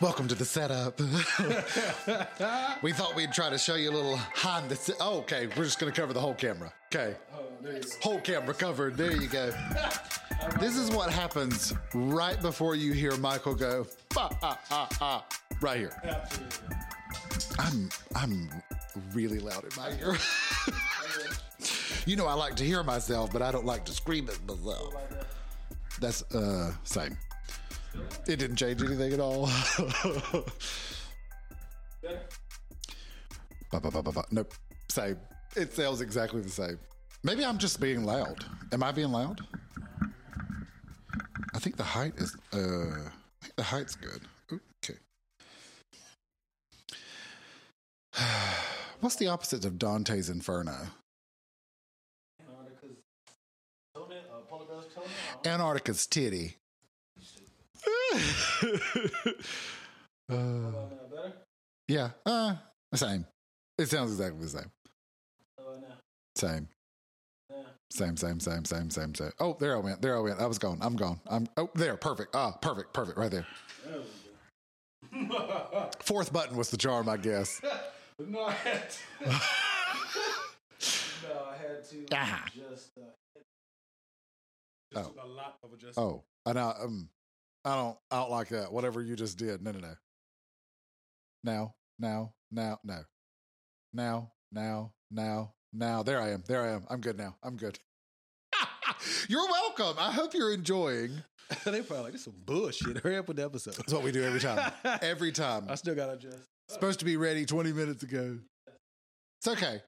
Welcome to the setup. we thought we'd try to show you a little behind the. Se- oh, okay, we're just going to cover the whole camera. Okay. Whole camera covered. There you go. This is what happens right before you hear Michael go, "Bah, ah, ah, ah," right here. Absolutely. I'm I'm really loud in my ear. you know I like to hear myself, but I don't like to scream at myself. That's uh same. It didn't change anything at all. Ba, ba, ba, ba, ba. Nope. Same. It sounds exactly the same. Maybe I'm just being loud. Am I being loud? I think the height is uh I think the height's good. Ooh, Okay. What's the opposite of Dante's Inferno? Antarctica's toenail, uh, polar bear's toenail. Antarctica's titty. How Uh, about now, better? yeah, uh, same. It sounds exactly the same. How about now? Same, Yeah. same, same, same, same, same, same. Oh, there I went. There I went. I was gone. I'm gone. I'm. Oh, there. Perfect. Ah, perfect. Perfect. Right there. There we go. Fourth button was the charm, I guess. no, I had to. no, I had to Ah. just. Uh, Oh. just took a lot of adjustment. Oh, and I um, I don't. I don't like that. Whatever you just did. No, no, no. Now, now, now, no. Now, now, now, now. There I am. There I am. I'm good now. I'm good. you're welcome. I hope you're enjoying. Oh, they probably like, this is some bullshit. Hurry up with the episode. That's what we do every time. Every time. I still got to adjust. Supposed to be ready 20 minutes ago. It's okay.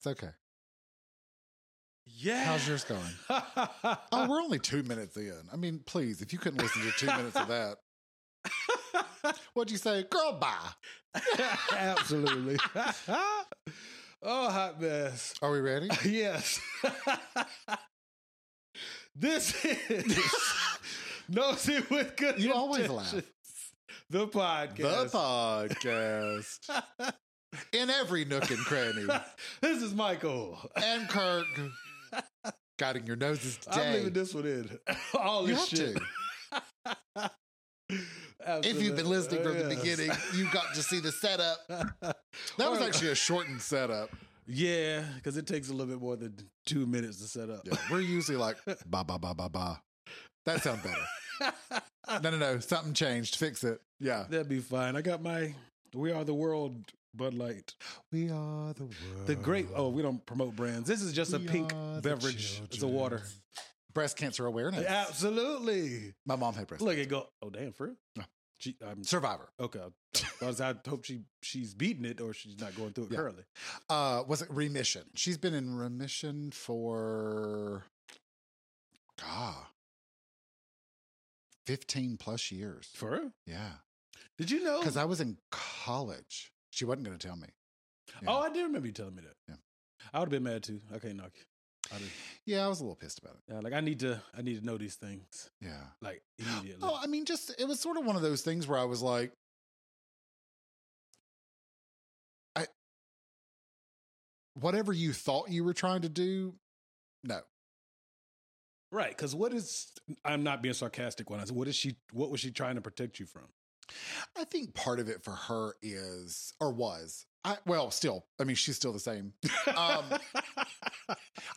It's okay. Yeah. How's yours going? Oh, we're only two minutes in. I mean, please, if you couldn't listen to two minutes of that, what'd you say? Girl, bye. Absolutely. oh, hot mess. Are we ready? Yes. this is Nosy with Good You always Intentions, The podcast. The podcast. in every nook and cranny. this is Michael. and Kirk. Guiding your noses I'm today. leaving this one in. All you this have shit. to. If you've been listening from the beginning, you got to see the setup. That was Or- actually a shortened setup. Yeah, because it takes a little bit more than two minutes to set up. Yeah, we're usually like ba ba ba ba ba. That sounds better. No, no, no. Something changed. Fix it. Yeah. That'd be fine. I got my We Are the World Bud Light. We are the world. The great, oh, we don't promote brands. This is just a Uh, We pink are the beverage. It's a children. water. breast cancer awareness. Absolutely. My mom had breast. Look cancer. at go. Oh damn, for real? She, I'm Survivor. okay. I, was- I hope she she's beating it or she's not going through it Yeah. currently. Uh, was it remission? She's been in remission for, God, fifteen plus years. For Oh. real? Yeah, Did you know? because I was in college. She wasn't going to tell me. yeah. Oh, I do remember you telling me that. Yeah. I would have been mad too. I can't knock you. I did. Yeah, I was a little pissed about it. Yeah, like I need to I need to know these things Yeah. like immediately. Oh, I mean, just it was sort of one of those things where I was like, I, whatever you thought you were trying to do, no. right? Because what is? I'm not being sarcastic when I say what is she? What was she trying to protect you from? I think part of it for her is or was. I, well, still, I mean, she's still the same. Um,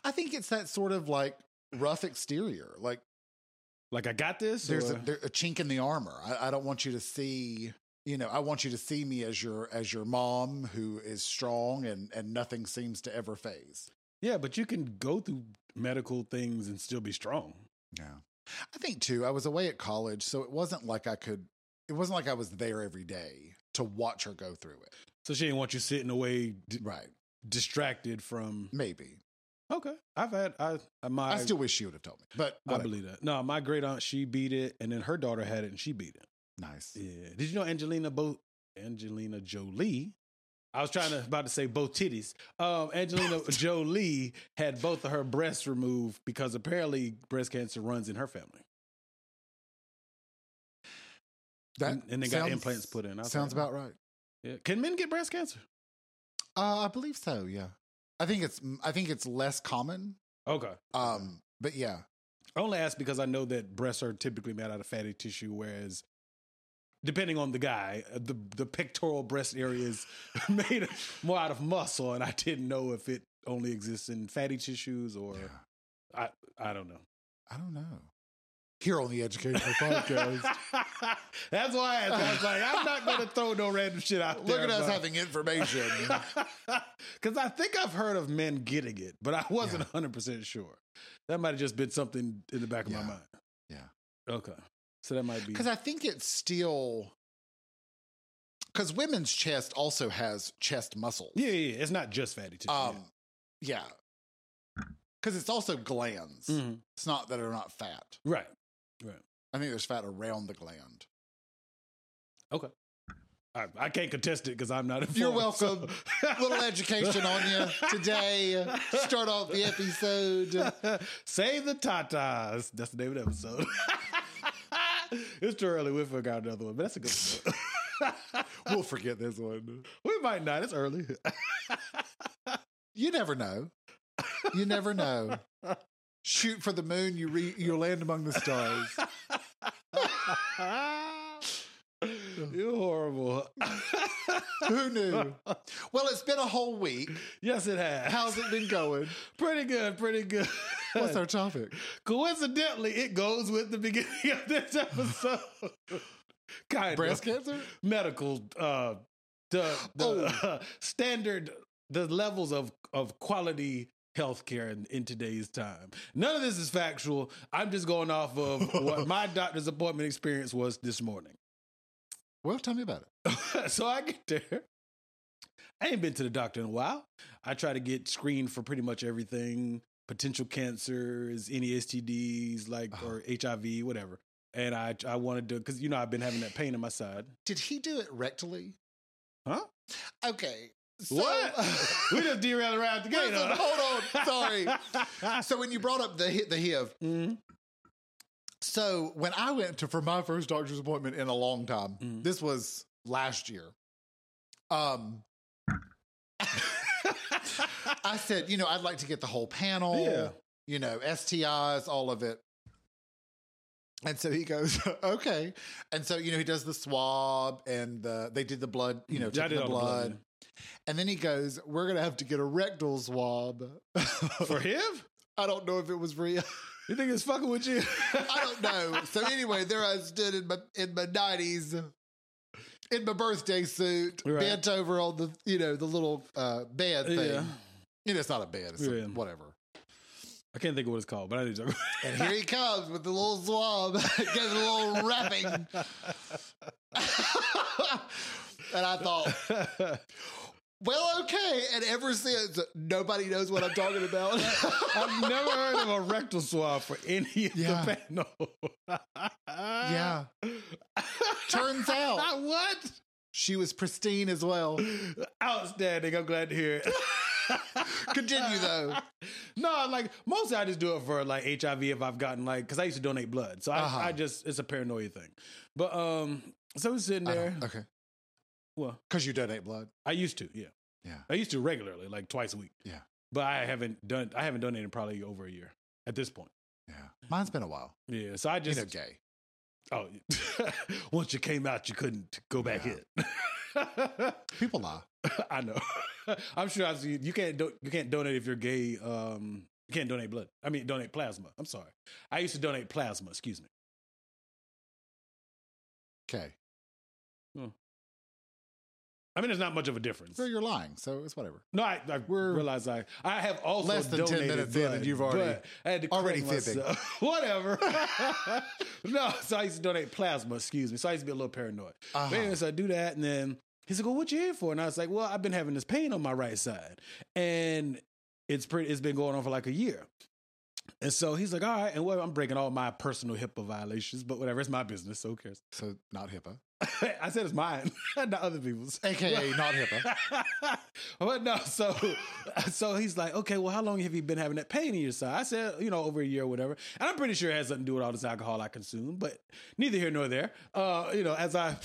I think it's that sort of like rough exterior. Like like I got this. there's a, or- there, a chink in the armor. I, I don't want you to see, you know, I want you to see me as your as your mom who is strong and and nothing seems to ever phase. yeah, but you can go through medical things and still be strong. Yeah. I think too, I was away at college, so it wasn't like I could it wasn't like I was there every day to watch her go through it. So she didn't want you sitting away d- Right. distracted from. Maybe. Okay, I've had I I- my I still wish she would have told me. But I whatever. believe that. No, my great aunt she beat it, and then her daughter had it, and she beat it. nice. Yeah. Did you know Angelina Bo Angelina Jolie? I was trying to about to say both titties. Um, Angelina Jolie had both of her breasts removed because apparently breast cancer runs in her family. And- and they got implants put in. I was Sounds like, "Oh." about right. Yeah. Can men get breast cancer? Uh, I believe so. Yeah, I think it's I think it's less common. Okay. Um, but yeah, I only ask because I know that breasts are typically made out of fatty tissue, whereas depending on the guy, uh, the the pectoral breast area is made of- more out of muscle, and I didn't know if it only exists in fatty tissues or Yeah. I don't know. I don't know. Here on the Educational Podcast. That's why I, asked. I was like, I'm not going to throw no random shit out Look there. at us about- having information. Because I think I've heard of men getting it, but I wasn't 100% sure. That might have just been something in the back of my Yeah. mind. Yeah. Okay. So that might be. Because I think it's still. Because women's chest also has chest muscles. yeah, yeah, yeah. It's not just fatty tissue. Um, yeah. Because it's also glands. yeah. Mhm. It's not that are not fat. Right. I think there's fat around the gland. I, I can't contest it because I'm not informed. You're so- welcome. Little education on you today. Start off the episode. Save the tatas. That's the name of the episode. it's too early. We'll figure out another one, but that's a good one. We'll forget this one. we might not. It's early. You never know. You never know. Shoot for the moon. You re- you land among the stars. You're horrible. Who knew? Well, it's been a whole week. yes, it has. How's it been going? pretty good, pretty good. What's our topic? Coincidentally, it goes with the beginning of this episode. kind Breast of cancer? medical uh the, the Oh. uh, standard the levels of of quality healthcare in, in today's time. None of this is factual. I'm just going off of what my doctor's appointment experience was this morning. Well, tell me about it. so I get there. I ain't been to the doctor in a while. I try to get screened for pretty much everything potential cancers, any STDs, like, or HIV, whatever. And I, I wanted to, because, you know, I've been having that pain in my side. Did he do it rectally? Huh? Okay. So, What? we just derailed around the gate. Listen, hold on. Sorry. so when you brought up the hi- the HIV, Mhm. so when I went to for my first doctor's appointment in a long time, Mhm. this was last year. Um, I said, you know, I'd like to get the whole panel. Yeah. You know, STIs, all of it. And so he goes, okay. And so you know, he does the swab and the they did the blood. You know, Mm-hmm. Yeah, I took did the all the blood, blood. And then he goes, we're gonna have to get a rectal swab. For him? I don't know if it was real. You think it's fucking with you? I don't know. So anyway, there I stood in my in my nineties, in my birthday suit, Right. bent over on the you know the little uh, bed thing. yeah. You know, it's not a bed, it's Yeah. a, whatever. I can't think of what it's called, but I need to. And here he comes with the little swab, gives a little wrapping, and I thought, well, okay. And ever since, nobody knows what I'm talking about. I've never heard of a rectal swab for any of Yeah. the panel. yeah. Turns out Ah, what? she was pristine as well. Outstanding. I'm glad to hear it. Continue though. No, like mostly I just do it for like HIV if I've gotten like because I used to donate blood, so I, Uh-huh. I just it's a paranoia thing. But um, so we're sitting I there. don't- okay. Well, Because you donate blood. I used to, yeah, Yeah. I used to regularly, like twice a week. Yeah. but I haven't done. I haven't donated probably over a year at this point. Yeah. Mine's been a while. Yeah, so I just you know, gay. Oh, once you came out, you couldn't go back Yeah. in. People lie. I know. I'm sure I've seen you can't do, you can't donate if you're gay. Um, you can't donate blood. I mean, donate plasma. I'm sorry. I used to donate plasma. Excuse me. Okay. I mean, there's not much of a difference. So you're lying. So it's whatever. No, I, I We're realize I I have also less than 10 donated minutes in blood, and you've already- but I had to already correct fibbing. myself. Whatever. no, so I used to donate plasma. Excuse me. So I used to be a little paranoid. Uh-huh. But anyway, so I do that, and then he's like, "Well, what you here for?" And I was like, "Well, I've been having this pain on my right side, and it's pretty. It's been going on for like a year." And so he's like, "All right," and well, I'm breaking all my personal HIPAA violations, but whatever, it's my business. So who cares? So not HIPAA. I said it's mine, not other people's. AKA not HIPAA. but no, so so he's like, okay, well, how long have you been having that pain in your side? I said, you know, over a year or whatever. And I'm pretty sure it has something to do with all this alcohol I consume, but neither here nor there. Uh, you know, as I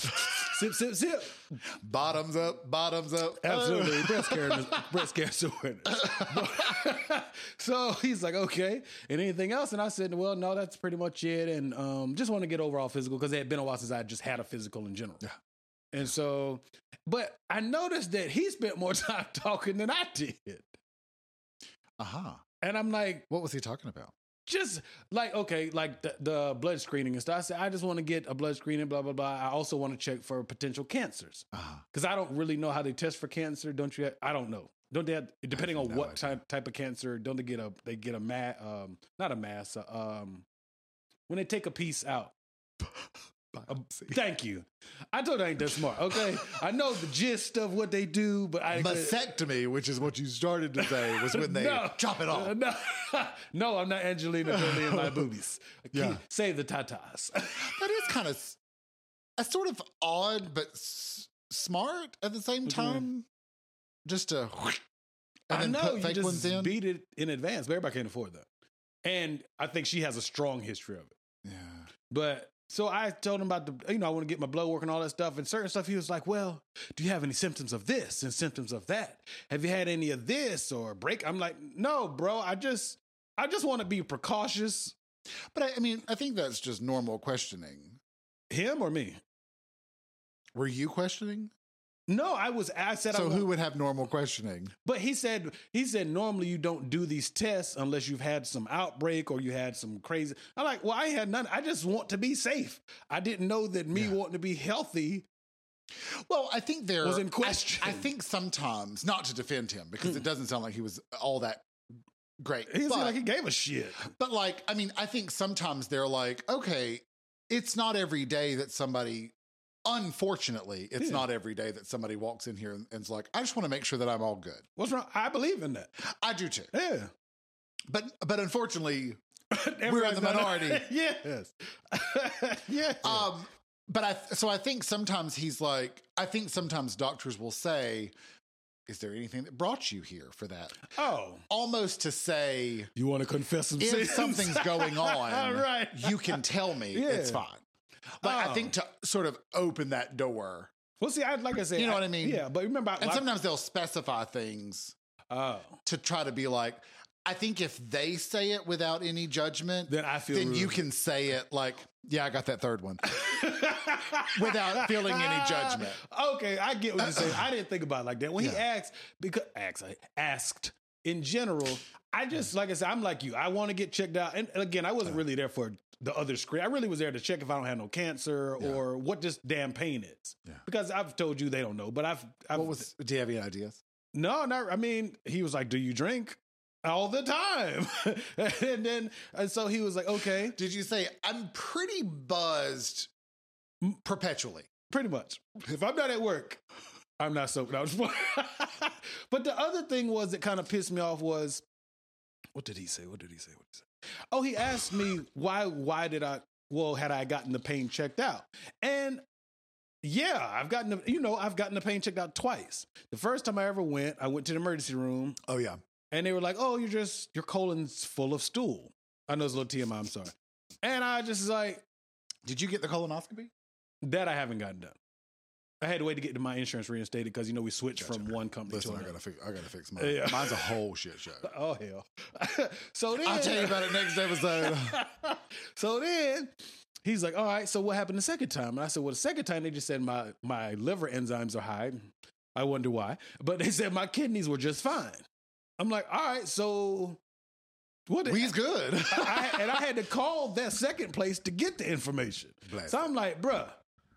Sip, sip, sip. Bottoms up, bottoms up. Absolutely. breast cancer, breast cancer awareness. so he's like, okay. And anything else? And I said, well, no, that's pretty much it. And um, just want to get overall physical because it had been a while since I just had a physical in general. Yeah. And so, but I noticed that he spent more time talking than I did. Uh-huh. Aha. And I'm like, Uh-huh. What was he talking about? just like okay, like the, the blood screening and stuff. I said I just want to get a blood screening, blah blah blah. I also want to check for potential cancers Uh-huh. because I don't really know how they test for cancer. Don't you? I don't know. Don't they? Have, depending on no what idea. type type of cancer, don't they get a they get a ma- um not a mass uh, um when they take a piece out. Biopsy. Thank you. I told you I ain't that smart. Okay, I know the gist of what they do, but I Mastectomy, which is what you started to say, was when they No. chop it off. Uh, no, no, I'm not Angelina Jolie in my boobies. Yeah. Save the tatas. That is kind of that's sort of odd, but s- smart at the same What do you mean? time. Just to Mm-hmm. and I then know put you fake just ones in. beat it in advance, but everybody can't afford that. And I think she has a strong history of it. yeah. But so I told him about the, you know, I want to get my blood work and all that stuff. And certain stuff, he was like, well, do you have any symptoms of this and symptoms of that? Have you had any of this or break? I'm like, no, bro. I just, I just want to be precautious. But I, I mean, I think that's just normal questioning. Him or me? Were you questioning? No, I was. I said, I So want- who would have normal questioning? But he said he said normally you don't do these tests unless you've had some outbreak or you had some crazy. I'm like, well, I ain't had none. I just want to be safe. I didn't know that me Yeah. wanting to be healthy. Well, I think there Was in I- question. I, think sometimes, not to defend him, because it doesn't sound like he was all that great. He seemed but- like he gave a shit. But like, I mean, I think sometimes they're like, okay, it's not every day that somebody, unfortunately, it's Yeah. not every day that somebody walks in here and, and's like, I just want to make sure that I'm all good. What's wrong? I believe in that. I do too. Yeah, But but unfortunately, Everybody's the not- minority. yes, yeah. um, but I so I think sometimes he's like, I think sometimes doctors will say, is there anything that brought you here for that? oh, Almost to say, you want to confess some if sins? something's going on, right? you can tell me Yeah. it's fine. Like I Oh. think to sort of open that door. well, see, I like I said, You know what I mean? Yeah, but remember, I, And sometimes they'll specify things oh, to try to be like, I think if they say it without any judgment, then I feel then you rude. can say it like, yeah, I got that third one without feeling any judgment. Ah, Okay, I get what you're saying. I didn't think about it like that. When he asked, because asked, asked in general, I just like I said, I'm like you. I want to get checked out. And again, I wasn't really there for the other screen. I really was there to check if I don't have no cancer Yeah. or what this damn pain is. Yeah. Because I've told you they don't know, but I've, I've What was, do you have any ideas? no, not. I mean, he was like, "Do you drink?" All the time, and then and so he was like, "Okay, Did you say, I'm pretty buzzed perpetually? Pretty much. If I'm not at work, I'm not sober. No, I'm just- but the other thing was that kind of pissed me off was what did he say? What did he say? What did he say? Oh, he asked me why why did I well had I gotten the pain checked out? And yeah, I've gotten the you know, I've gotten the pain checked out twice. The first time I ever went, I went to the emergency room Oh, yeah. and they were like, "Oh, you're just your colon's full of stool." I know it's a little TMI, I'm sorry. And I just like Did you get the colonoscopy? that I haven't gotten done. I had to wait to get my insurance reinstated because you know we switched Gotcha. from one company Listen, to I another. gotta, fix, I gotta fix mine. Yeah. Mine's a whole shit show. Oh hell! so then I'll tell you about it next episode. so then he's like, "All right, so what happened the second time?" And I said, "Well, the second time they just said my my liver enzymes are high. I wonder why, but they said my kidneys were just fine." I'm like, "All right, so what?" the- We's good. I, and I had to call that second place to get the information. Bless so I'm like, bruh.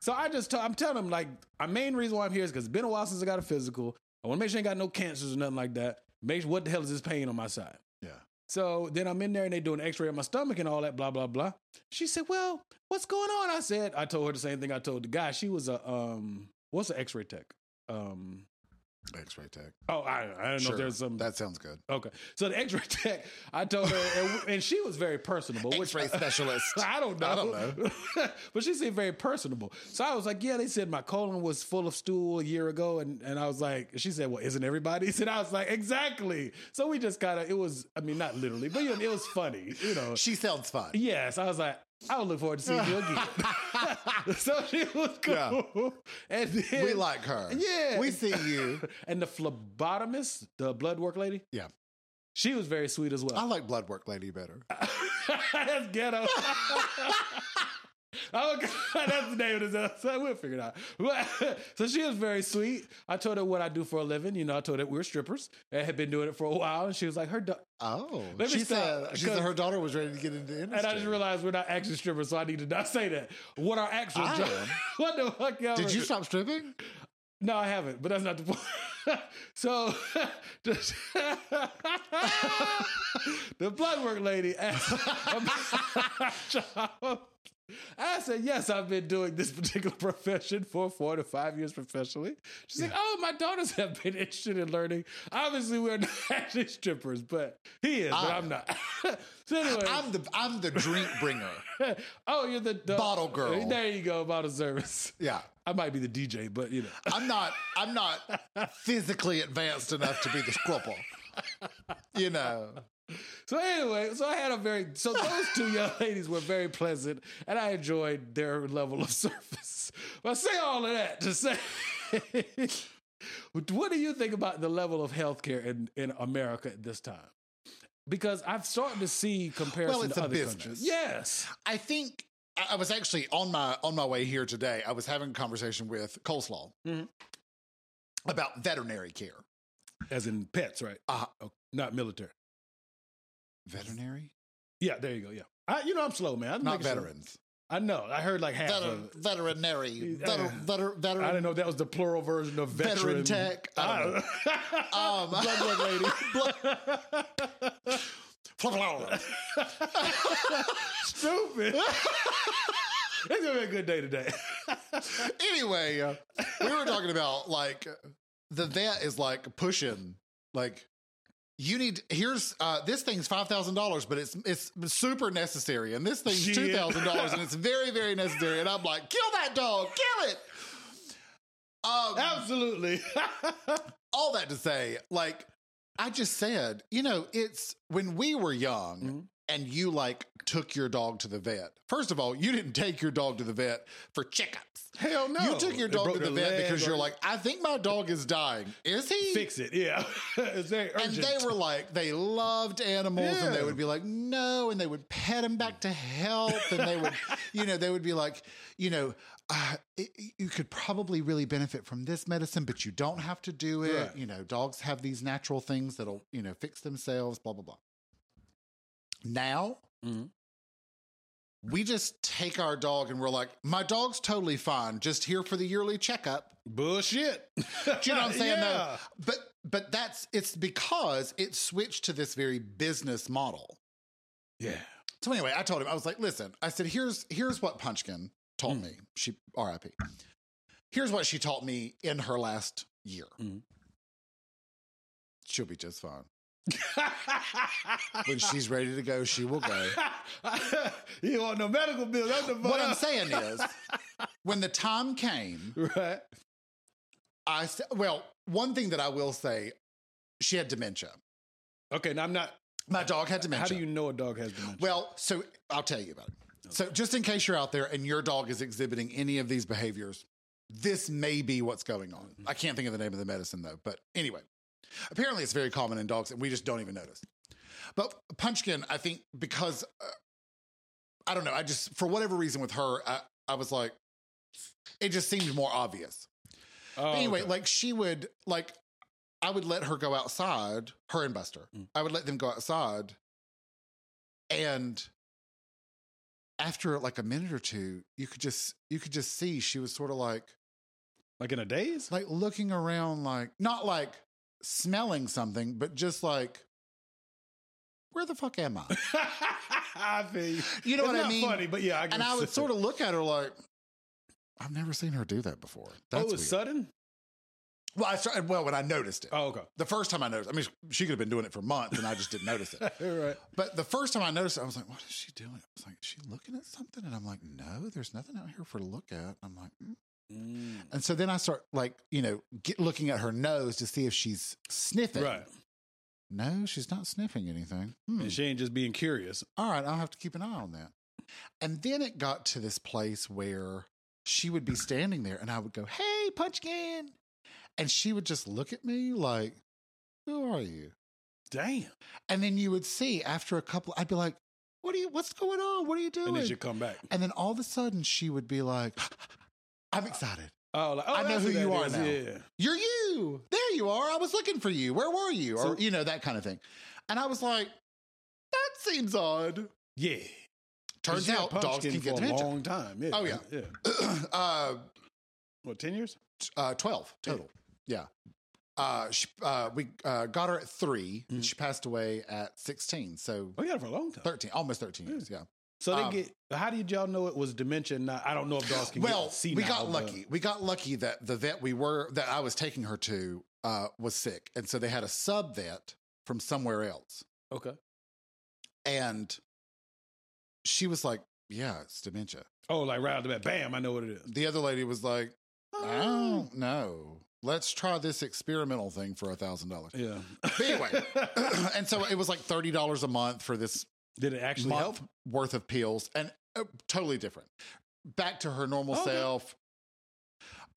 So I just, i I'm telling him, like, my main reason why I'm here is because it's been a while since I got a physical. I want to make sure I ain't got no cancers or nothing like that. Make sure, what the hell is this pain on my side? yeah. So then I'm in there and they do an x-ray of my stomach and all that, blah, blah, blah. She said, well, what's going on? I said, I told her the same thing I told the guy. She was a, um, what's an x-ray tech? Um, X ray tech. oh, I, I don't know if there's um, some, That sounds good. okay. So the x-ray tech, I told her, and, and she was very personable. X which- ray specialist. I don't know. I don't but she seemed very personable. So I was like, yeah, they said my colon was full of stool a year ago. And, and I was like, she said, well, isn't everybody? And I was like, exactly. So we just kind of, it was, I mean, not literally, but you know, it was funny, you know. She sounds fun. Yes, I was like, I would look forward to seeing you again. so she was cool. And then, we like her. Yeah. We see you. and the phlebotomist, the blood work lady. Yeah. She was very sweet as I well. like blood work lady better. that's ghetto. oh God, that's the name of this episode. We'll figure it out. But- so she was very sweet. I told her what I do for a living. You know, I told her we were strippers and had been doing it for a while. And she was like, her. Do- Oh. Let me She stop, said, she said because- her daughter was ready to get into the industry. and I just realized we're not actually strippers, so I need to not say that. What our actual I job? am. What the fuck? y'all Did were- you stop stripping? No, I haven't, but that's not the point. so, the, the blood work lady asked about my job. I said, Yes, I've been doing this particular profession for four to five years professionally. She's like, Oh, my daughters have been interested in learning. Obviously, we're not actually strippers, but he is, but I- I'm not. so, anyway, I'm the I'm the drink bringer. oh, you're the, the Bottle girl. There you go, bottle service. Yeah. I might be the DJ, but you know. I'm not I'm not physically advanced enough to be the scruple. You know. So anyway, so I had a very so those two young ladies were very pleasant, and I enjoyed their level of service. But I say all of that to say, what do you think about the level of healthcare in in America at this time? Because I've started to see comparison it's to a other business. countries. Yes, I think I I was actually on my on my way here today. I was having a conversation with Coleslaw Mhm. about veterinary care. as in pets, right? Oh, Uh, Not military. veterinary, Yeah, there you go. Yeah, I, you know I'm slow, man. I'm not making sure. veterans. I know. I heard like half Veter- of it. veterinary, Yeah. veter- veter- I veteran, didn't know if that was the plural version of veteran veteran. tech. I don't know. know. Um, Blood work lady. Blah, blah, blah. Stupid. it's gonna be a good day today. anyway, uh, we were talking about like the vet is like pushing like you need here's uh this thing's five thousand dollars, but it's it's super necessary, and this thing's Shit. two thousand dollars, and it's very very necessary. And I'm like, kill that dog, kill it. Um, Absolutely. all that to say, like I just said, you know, it's when we were young Mhm. and you like took your dog to the vet. First of all, you didn't take your dog to the vet for checkups. Hell no. You took your It dog broke to the their vet leg because you're or- like, I think my dog is dying. Is he? fix it. Yeah. it's very and urgent. they were like, they loved animals, and they Yeah. would be like, no, and they would pet him back to health, and they would, you know, they would be like, you know, uh, it, you could probably really benefit from this medicine, but you don't have to do it. Right. You know, dogs have these natural things that'll, you know, fix themselves. Blah blah blah. Now Mhm. we just take our dog, and we're like, my dog's totally fine, just here for the yearly checkup. bullshit. Do Do you know what I'm saying? yeah. Though, but but that's it's because it switched to this very business model. Yeah. So anyway, I told him I was like, listen, I said, here's here's what Punchkin taught Mm. me. She R.I.P. Here's what she taught me in her last year. Mm. She'll be just fine. When she's ready to go, she will go. you want no medical bill? That's the what fuck I'm up. saying is, when the time came, Right. I s- well, one thing that I will say, she had dementia. Okay. Now I'm not. My dog had dementia. How do you know a dog has dementia? Well, so I'll tell you about it. So, just in case you're out there and your dog is exhibiting any of these behaviors, this may be what's going on. I can't think of the name of the medicine though, but anyway, apparently it's very common in dogs and we just don't even notice. But Punchkin, I think because uh, I don't know, I just, for whatever reason with her, I, I was like, it just seemed more obvious. Oh, But anyway, okay. like she would like I would let her go outside, her and Buster. Mm. I would let them go outside. And after like a minute or two, you could just you could just see she was sort of like like in a daze. like looking around like not like smelling something, but just like where the fuck am I? I feel you. You know It's what I not mean? Funny, but yeah, I And I would sort of look at her like I've never seen her do that before. Oh, That's it was weird. sudden. well, I started, well, when I noticed it. Oh, okay. The first time I noticed, I mean, she could have been doing it for months and I just didn't notice it. All right. But the first time I noticed it, I was like, what is she doing? I was like, is she looking at something? And I'm like, no, there's nothing out here for to look at. I'm like, mm. and so then I start like, you know, get looking at her nose to see if she's sniffing. Right. No, she's not sniffing anything. Hmm. And she ain't just being curious. All right, I'll have to keep an eye on that. And then it got to this place where she would be standing there and I would go, Hey, Punchkin. And she would just look at me like, Who are you? Damn. And then you would see after a couple, I'd be like, What are you, what's going on? What are you doing? And then she come back. And then all of a sudden she would be like, I'm excited. Oh, like, oh I know that's who that you are is. now. Yeah. You're you. There you are. I was looking for you. Where were you? Or, So- you know, that kind of thing. And I was like, That seems odd. Yeah. Turns She had out dogs Pumpkin can get for a dementia. long time. Yeah. Oh, yeah. Yeah. uh, What, 10 years? t- uh, 12 total. Yeah. Uh, she, uh, we uh, got her at 3 and Mhm. She passed away at 16. So Oh, yeah, for a long time. 13, almost 13 Yeah. years. Yeah. So they Um, get, how did y'all know it was dementia? and Not, I don't know if dogs can Well, get senile, we got but- lucky. We got lucky that the vet we were, that I was taking her to, uh, was sick. And so they had a sub vet from somewhere else. Okay. And she was like, yeah, it's dementia. Oh, like right out the bat. Bam, I know what it is. The other lady was like, I Oh. don't know. Let's try this experimental thing for a thousand dollars. Yeah. But anyway, and so it was like thirty dollars a month for this Did it actually help? month worth of pills, and uh, totally different. Back to her normal Oh, Okay. self.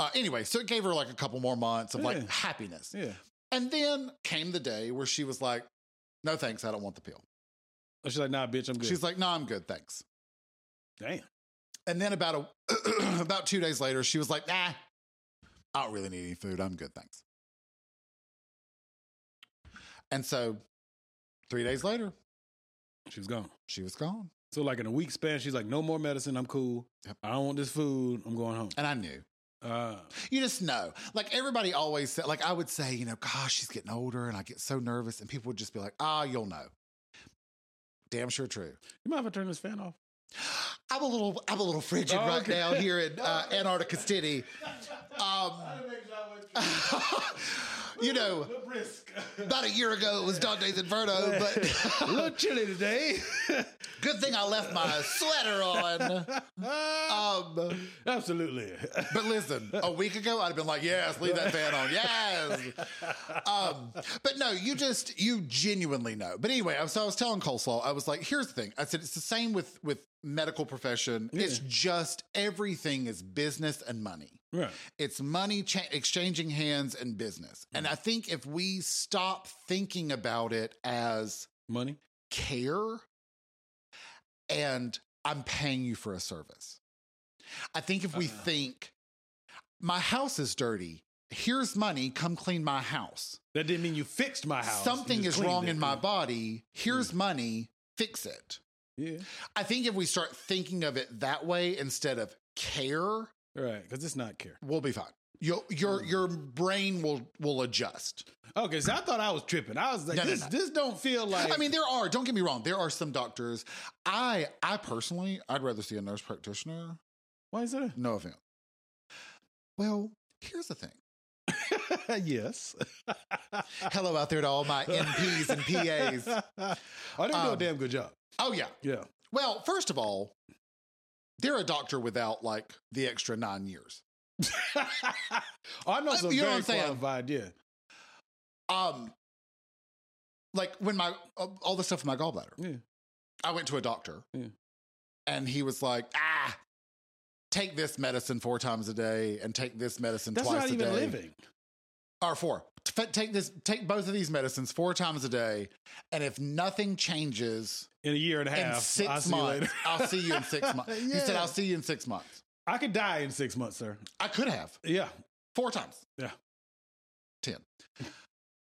Uh, anyway, so it gave her like a couple more months of Yeah. like happiness, Yeah. and then came the day where she was like, "No thanks, I don't want the pill." Oh, she's like, nah, bitch, I'm good. She's like, "No, I'm good, thanks." damn. And then about a about two days later, she was like, "Nah, I don't really need any food. I'm good, thanks." And so, three days later, She's gone. she was gone. So like in a week span, she's like, no more medicine. I'm cool. Yep. I don't want this food. I'm going home. And I knew. Uh, You just know. Like everybody always said, like I would say, you know, gosh, she's getting older and I get so nervous. And people would just be like, ah, you'll know. Damn sure true. you might have to turn this fan off. I'm a little, I'm a little frigid Oh, right okay. now here in uh, Antarctica City. Um, you know, brisk. about a year ago it was Dante's Inferno, a but little chilly today. good thing I left my sweater on. Um, Absolutely. But listen, a week ago I'd have been like, "Yes, leave that fan on." Yes. Um, but no, you just you genuinely know. But anyway, I was- so I was telling coleslaw, I was like, "Here's the thing." I said, "It's the same with with medical profession. It's just everything is business and money. Right. It's money cha- exchanging hands and business. And I think if we stop thinking about it as Money. care and I'm paying you for a service. I think if we Uh-uh. think my house is dirty, here's money, come clean my house. That didn't mean you fixed my house. You Something just is wrong cleaned it. Mm. in my body, here's money, fix it. Yeah. I think if we start thinking of it that way instead of care, Right. Because it's not care. we'll be fine. Your your Mm. your brain will will adjust. Okay. So I thought I was tripping. I was like, No, no, this, no. this don't feel like. I mean, there are. Don't get me wrong. There are some doctors. I I personally, I'd rather see a nurse practitioner why is that? No offense. Well, here's the thing. yes. Hello out there to all my MPs and PAs. I didn't Oh, do a Um, damn good job. Oh yeah. Yeah. Well, first of all, they're a doctor without like the extra nine years. I know Uh, some you know what very I'm saying? qualified. Yeah. Um, like when my uh, all the stuff with my gallbladder, Yeah. I went to a doctor, Yeah. and he was like, ah. Take this medicine four times a day, and take this medicine That's twice not a even day. living. or four. T- Take this, take both of these medicines four times a day, and if nothing changes, In a year and a half. in 6 I'll see you months. later. I'll see you in six months. He said, Yeah. I'll see you in six months. I could die in six months, sir. I could have Yeah. four times. Yeah. 10.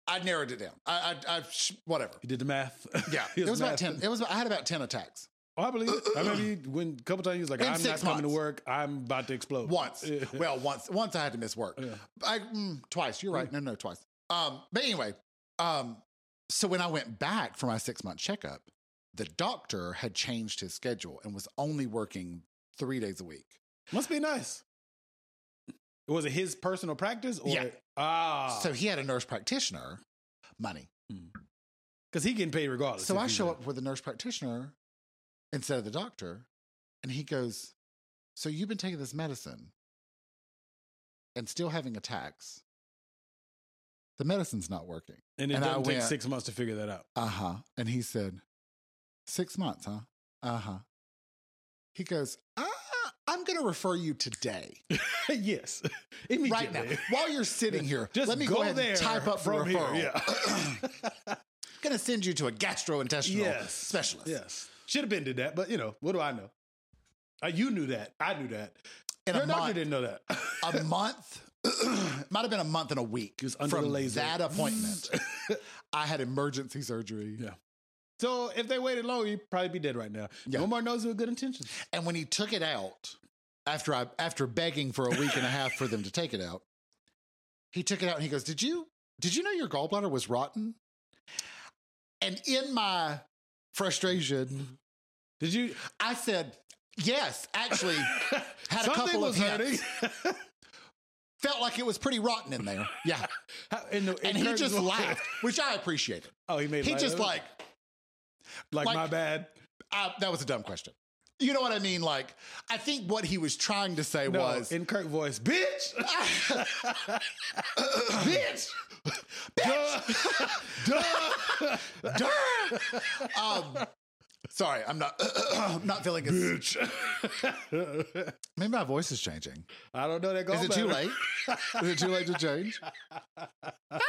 I narrowed it down. I, I, I sh- whatever. You did the math. Yeah. His it was about math- 10. It was, about- I had about 10 attacks Oh, I believe it. I remember you, when a couple times he was like, In I'm not six coming to months. work. I'm about to explode. once. Yeah. well, once, once I had to miss work. Yeah. I, mm, twice. You're right. No, no, twice. Um, but anyway, um, so when I went back for my six month checkup, the doctor had changed his schedule and was only working three days a week. Must be nice. Was it his personal practice? Or, Yeah. Ah. So he had a nurse practitioner, money. Because he getting paid regardless. So Oh, if I he's show a- up with a nurse practitioner instead of the doctor, and he goes, So you've been taking this medicine and still having attacks. The medicine's not working. Uh-huh. And it and I doesn't take went- six months to figure that out. Uh huh. And he said, Six months, huh? Uh huh. He goes, ah, I'm going to refer you today, yes. right now, Immediately. while you're sitting here. Just let me go, go ahead there and type up the from here, referral. yeah. I'm going to send you to a gastrointestinal Yes. specialist. Yes. Should have been did that, but you know, what do I know? Uh, you knew that. I knew that. In Your a doctor month. didn't know that. a month, might have been a month and a week was under from the laser. that appointment. I had emergency surgery. Yeah. so if they waited long, you'd probably be dead right now. Yeah. Omar knows it with good intentions. And when he took it out, after I after begging for a week and a half for them to take it out, he took it out and he goes, "Did you did you know your gallbladder was rotten?" And in my frustration, Did you? I said, "Yes, actually, had a Something couple was of hurting. hints. Felt like it was pretty rotten in there." Yeah, How- and, the- and he Curtis just was- laughed, which I appreciated. Oh, he made. He light just of it? like like, like- my bad. I, that was a dumb question. You know what I mean? Like, I think what he was trying to say No, was, in Kirk voice, bitch, bitch, bitch, um, sorry, I'm not, I'm not feeling it. bitch. Maybe my voice is changing. I don't know that. Is it too gallbladder. late? Is it too late to change? ah!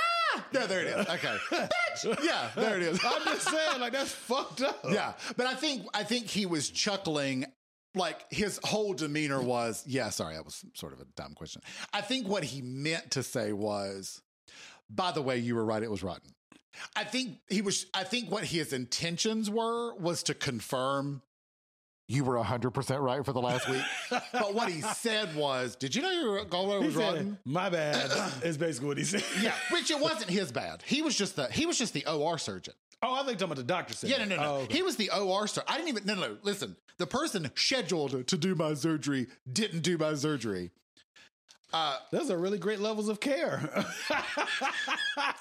No, there it is. Okay, bitch. Yeah, there it is. I'm just saying, like that's fucked up. yeah, but I think I think he was chuckling. Like his whole demeanor was, yeah, sorry, that was sort of a dumb question. I think what he meant to say was, by the way, you were right, it was rotten. I think he was, I think what his intentions were was to confirm you were 100% right for the last week. but what he said was, did you know your gallbladder He was said, rotten? my bad. is basically what he said. Yeah, which it wasn't his bad. He was just the he was just the OR surgeon. Oh, I think talking about the doctor said. Yeah, no, no, that. no. Oh, okay. He was the OR star. I didn't even. No, no, no. Listen, the person scheduled to do my surgery didn't do my surgery. Uh, Those are really great levels of care.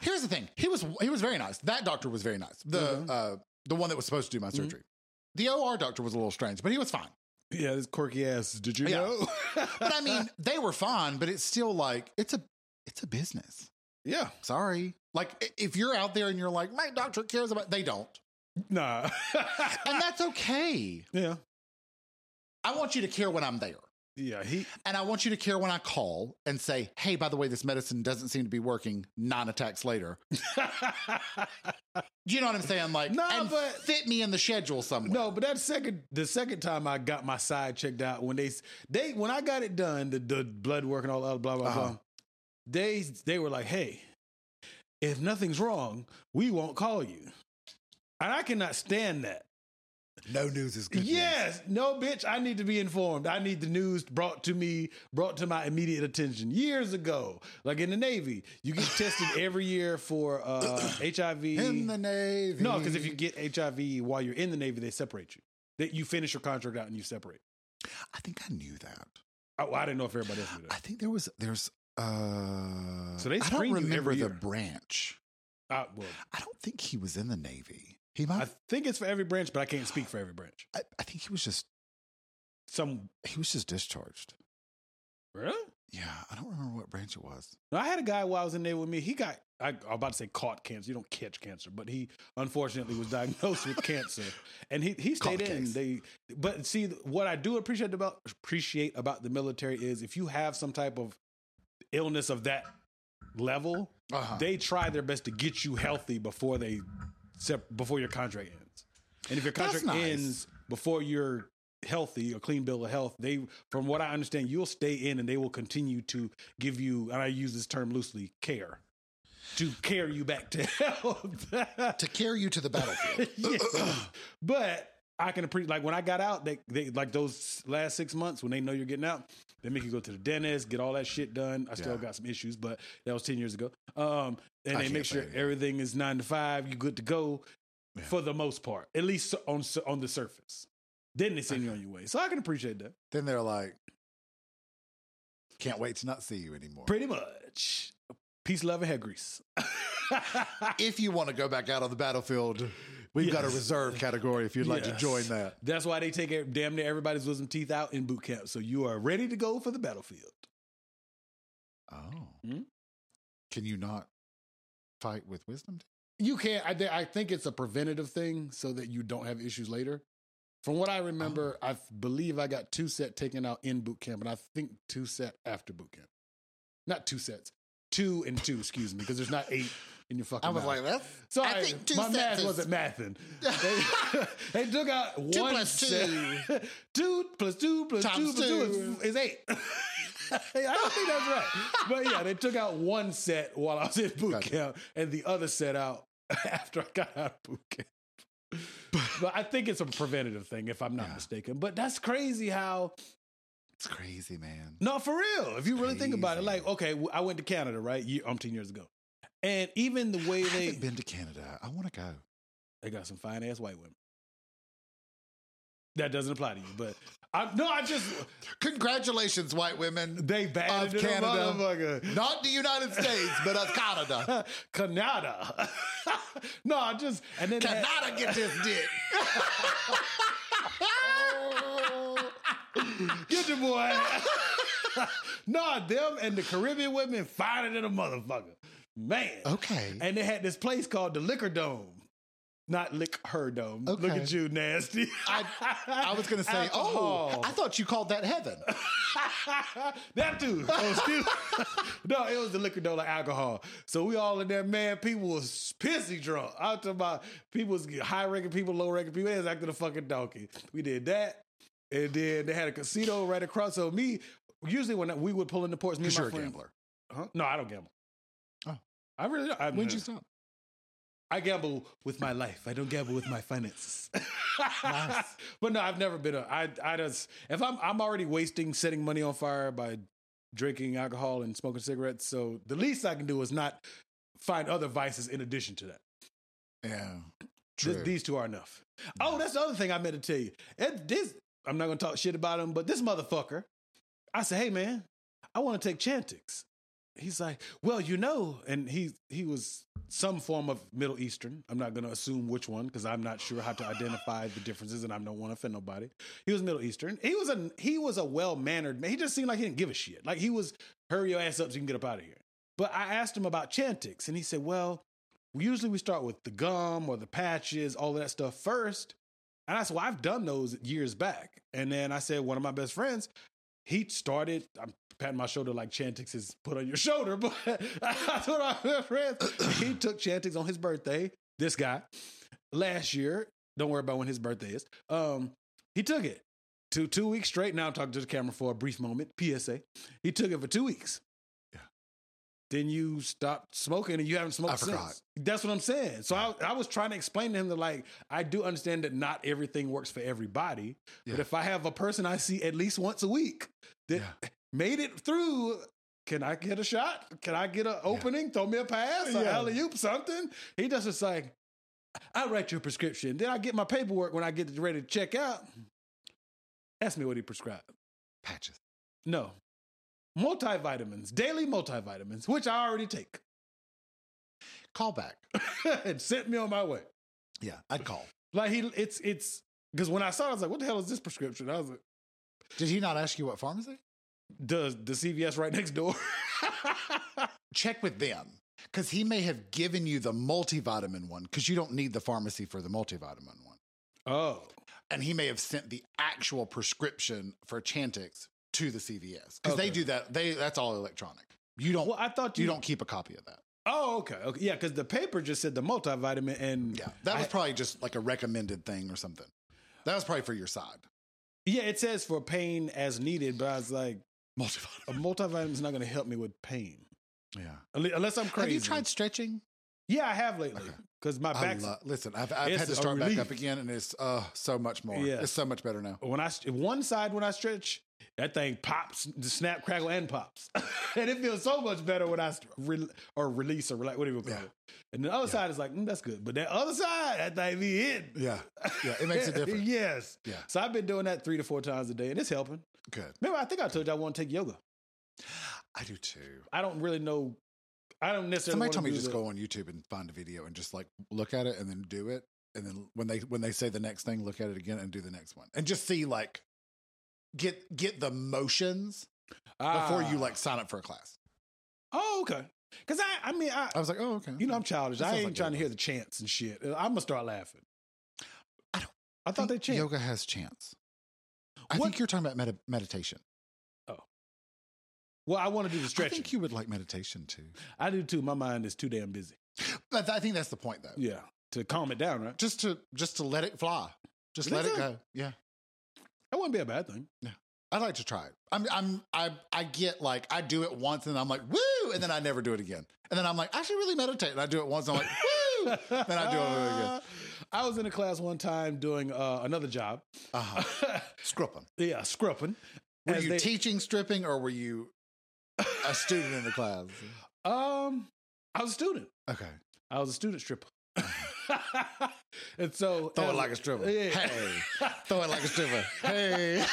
here's the thing. He was he was very nice. That doctor was very nice. The Mm-hmm. uh, the one that was supposed to do my surgery. The OR doctor was a little strange, but he was fine. yeah, this quirky ass. Did you Yeah. know? But I mean, they were fine. But it's still like it's a it's a business. yeah. Sorry. Like i- if you're out there and you're like, my doctor cares about. They don't, Nah. and that's okay. yeah. I want you to care when I'm there. Yeah. He. And I want you to care when I call and say, hey, by the way, this medicine doesn't seem to be working nine attacks later. You know what I'm saying? Like, No, and but- fit me in the schedule somewhere. No, but that second, the second time I got my side checked out, when they they when I got it done, the, the blood work and all that, blah blah Uh-huh. blah. They they were like, "Hey, if nothing's wrong, we won't call you," and I cannot stand that. no news is Yes, no, bitch. I need to be informed. I need the news brought to me, brought to my immediate attention. Years ago, like in the Navy, you get tested every year for uh, HIV. In the Navy. No, because if you get HIV while you're in the Navy, they separate you. That you finish your contract out and you separate. I think I knew that. Oh, I didn't know if everybody else knew I that. think there was, there's, uh. So they I screen don't you remember every the year. branch. I, well, I don't think he was in the Navy. He might, I think it's for every branch, but I can't speak for every branch. I, I think he was just, Some he was just discharged. really? Yeah. I don't remember what branch it was. No, I had a guy while I was in there with me. He got I, I'm about to say caught cancer. You don't catch cancer, but he unfortunately was diagnosed with cancer, and he he stayed Caught in. case. They but see what I do appreciate about appreciate about the military is if you have some type of illness of that level, Uh-huh. they try their best to get you healthy before they sep- before your contract ends. And if your That's contract nice. ends before you're healthy, a clean bill of health, they from what I understand, you'll stay in and they will continue to give you and I use this term loosely, care. To carry you back to health. to carry you to the battlefield. Yeah. But I can appreciate like when I got out, they, they like those last six months when they know you're getting out, they make you go to the dentist, get all that shit done. I still Yeah. got some issues, but that was ten years ago. Um, and I they can't make sure say, yeah. everything is nine to five. You good to go for the most part, at least on on the surface. Then they send you on your way, so I can appreciate that then they're like, can't wait to not see you anymore. pretty much. Peace, love, and hair grease. If you want to go back out on the battlefield, we've got a Yes. reserve category if you'd like to Yes. join that. That's why they take ev- damn near everybody's wisdom teeth out in boot camp, so you are ready to go for the battlefield. Oh. Hmm? Can you not fight with wisdom? You can't. I, thi- I think it's a preventative thing so that you don't have issues later. From what I remember, Oh. I f- believe I got two set taken out in boot camp, and I think two set after boot camp. Not two sets, two and two. Excuse me, because there's not eight in your fucking. I was mouth. like, that's Sorry, I think two my sets math is- wasn't mathing. They, they took out Two one plus set- two. two plus two plus Times two plus two two. is, is eight. Hey, I don't think that's right, but yeah, they took out one set while I was in boot Gotcha. camp, and the other set out after I got out of boot camp. But I think it's a preventative thing, if I'm not Yeah. mistaken. But that's crazy how it's crazy, man. no, for real. If you really think about it, Crazy. like okay, w- I went to Canada right, year, umpteen years ago, and even the way I they haven't been to Canada. I want to go. They got some fine ass white women. That doesn't apply to you, but I no, I just Congratulations, white women. they Of banned it in a Canada. motherfucker. Not the United States, but of Canada. Canada. no, I just and then they had- Canada get this dick. get your boy. no, them and the Caribbean women finer than a motherfucker, man. okay. And they had this place called the Liquor Dome. Not lick her dome. Look Okay. at you, nasty. I, I was going to say, oh, Alcohol. I thought you called that heaven. that too. Oh, excuse no, it was the liquor dollar alcohol. So we all in there, man. People was pissy drunk. I'm talking about people was high ranking people, low ranking people. They was acting a fucking donkey. We did that, and then they had a casino right across. So me, usually when we would pull into ports, me and Because my you're a friend- gambler. Huh? No, I don't gamble. Oh. I really don't. I, When'd you stop? I gamble with my life. I don't gamble with my finances. But no, I've never been a. I I just if I'm I'm already wasting setting money on fire by drinking alcohol and smoking cigarettes. So the least I can do is not find other vices in addition to that. Yeah. Th- True. these two are enough. Oh, that's the other thing I meant to tell you. It, this I'm not gonna talk shit about him, but this motherfucker, I said, hey man, I want to take Chantix. He's like, well, you know, and he he was some form of Middle Eastern. I'm not gonna assume which one because I'm not sure how to identify the differences, and I don't want to offend nobody. He was Middle Eastern. He was a he was a well mannered man. He just seemed like he didn't give a shit. Like he was, hurry your ass up so you can get up out of here. But I asked him about Chantix, and he said, well, usually we start with the gum or the patches, all of that stuff first. And I said, well, I've done those years back. And then I said, one of my best friends, he started, I'm patting my shoulder like Chantix is put on your shoulder, but I told my best friends, he took Chantix on his birthday, this guy, last year. Don't worry about when his birthday is. Um, he took it to two weeks straight. Now I'm talking to the camera for a brief moment, PSA. He took it for two weeks. Then you stopped smoking and you haven't smoked I forgot. since. That's what I'm saying. So I, I was trying to explain to him that like I do understand that not everything works for everybody, but Yeah. if I have a person I see at least once a week that Yeah. made it through, can I get a shot? Can I get an opening? Throw me a pass, or Yeah. alley oop, something. He just was like, I write your prescription. Then I get my paperwork when I get ready to check out. Ask me what he prescribed. Patches. No. Multivitamins, daily multivitamins, which I already take, Call back. and sent me on my way. Yeah, I'd call. Like he, it's it's because when I saw it, I was like, "What the hell is this prescription?" I was like, Did he not ask you what pharmacy? "Does the CVS right next door?" Check with them because he may have given you the multivitamin one because you don't need the pharmacy for the multivitamin one. oh, And he may have sent the actual prescription for Chantix to the CVS because they Okay. do that. They that's all electronic. You don't. well, I thought you, you don't keep a copy of that. Oh, okay, okay, yeah, because the paper just said the multivitamin, and Yeah, that was I- probably just like a recommended thing or something. That was probably for your side. yeah, it says for pain as needed, but I was like, Multivitamin. a multivitamin is not going to help me with pain Yeah. Unle- unless I'm crazy. Have you tried stretching? Yeah, I have lately because my I back. lo- listen, I've, I've It's had to a start back relief. up again, and it's uh, so much more. Yeah. It's so much better now. when I st- one side when I stretch, that thing pops, the snap, crackle, and pops, and it feels so much better when I st- re- or release or relax, whatever you call Yeah. it. And the other side is like, mm, that's good, but that other side, that thing be hitting. Yeah, yeah, it makes a difference. yes. Yeah. So I've been doing that three to four times a day, and it's helping. Good. Remember, I think I told you I want to take yoga. I do too. I don't really know. I don't necessarily. Somebody want told me to do just the- go on YouTube and find a video and just like look at it and then do it, and then when they when they say the next thing, look at it again and do the next one, and just see like get get the motions before you Ah. like sign up for a class. Oh, okay. Because I, I mean, I, I was like, oh okay, you know, I'm childish. That I sounds ain't like trying to yoga. hear the chants and shit. I'm gonna start laughing. I don't- I thought they chant. Yoga has chants. I What- think you're talking about medi- meditation. Well, I want to do the I stretching. think you would like meditation too. I do too. My mind is too damn busy. But I think that's the point, though. Yeah, to calm it down, right? Just to just to let it fly. Just You let think it so? go. Yeah. That wouldn't be a bad thing. I'd like to try it. I'm I'm I I get like I do it once and I'm like woo, and then I never do it again. And then I'm like I should really meditate, and I do it once and I'm like woo. then I do it I was in a class one time doing uh, another job. Uh-huh. Scrupping. yeah, scrupping. Were As you they- teaching stripping or were you a student in the class? um, I was a student. Okay, I was a student stripper. and so throw as- it like a stripper. Yeah. Hey, throw it like a stripper. Hey,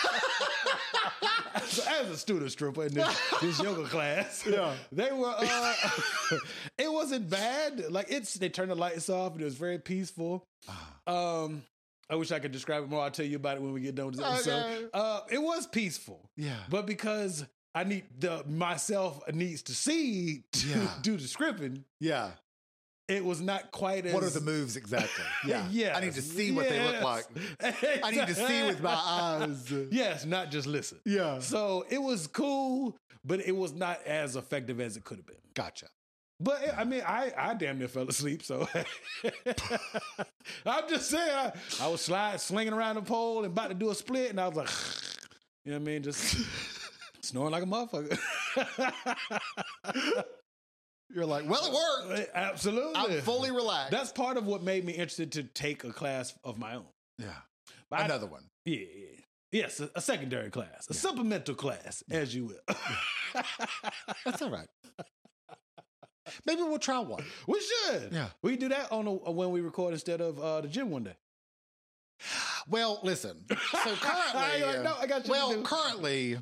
so as a student stripper in this, this yoga class, Yeah. they were. Uh, it wasn't bad. Like it's, they turned the lights off and it was very peaceful. Um, I wish I could describe it more. I'll tell you about it when we get done with this episode. Okay. Uh, it was peaceful, yeah. but because I need the myself needs to see to Yeah. do the scripting, Yeah. it was not quite as What are the moves exactly? Yeah. Yes. I need to see what they look Yes. like. I need to see with my eyes. yes, not just listen. Yeah. So it was cool, but it was not as effective as it could have been. Gotcha. But I mean, I, I damn near fell asleep. So I'm just saying, I, I was slide, slinging around the pole and about to do a split, and I was like, you know what I mean, just snoring like a motherfucker. You're like, well, it worked. Absolutely, I'm fully relaxed. That's part of what made me interested to take a class of my own. yeah. But I- Another one. yeah, yeah. yes, a, a secondary class, a supplemental class, as you will. That's all right. Maybe we'll try one. we should. Yeah. We can do that on a, when we record instead of uh, the gym one day. Well, listen. So I currently, ain't like, no, I got shit to well, do. currently,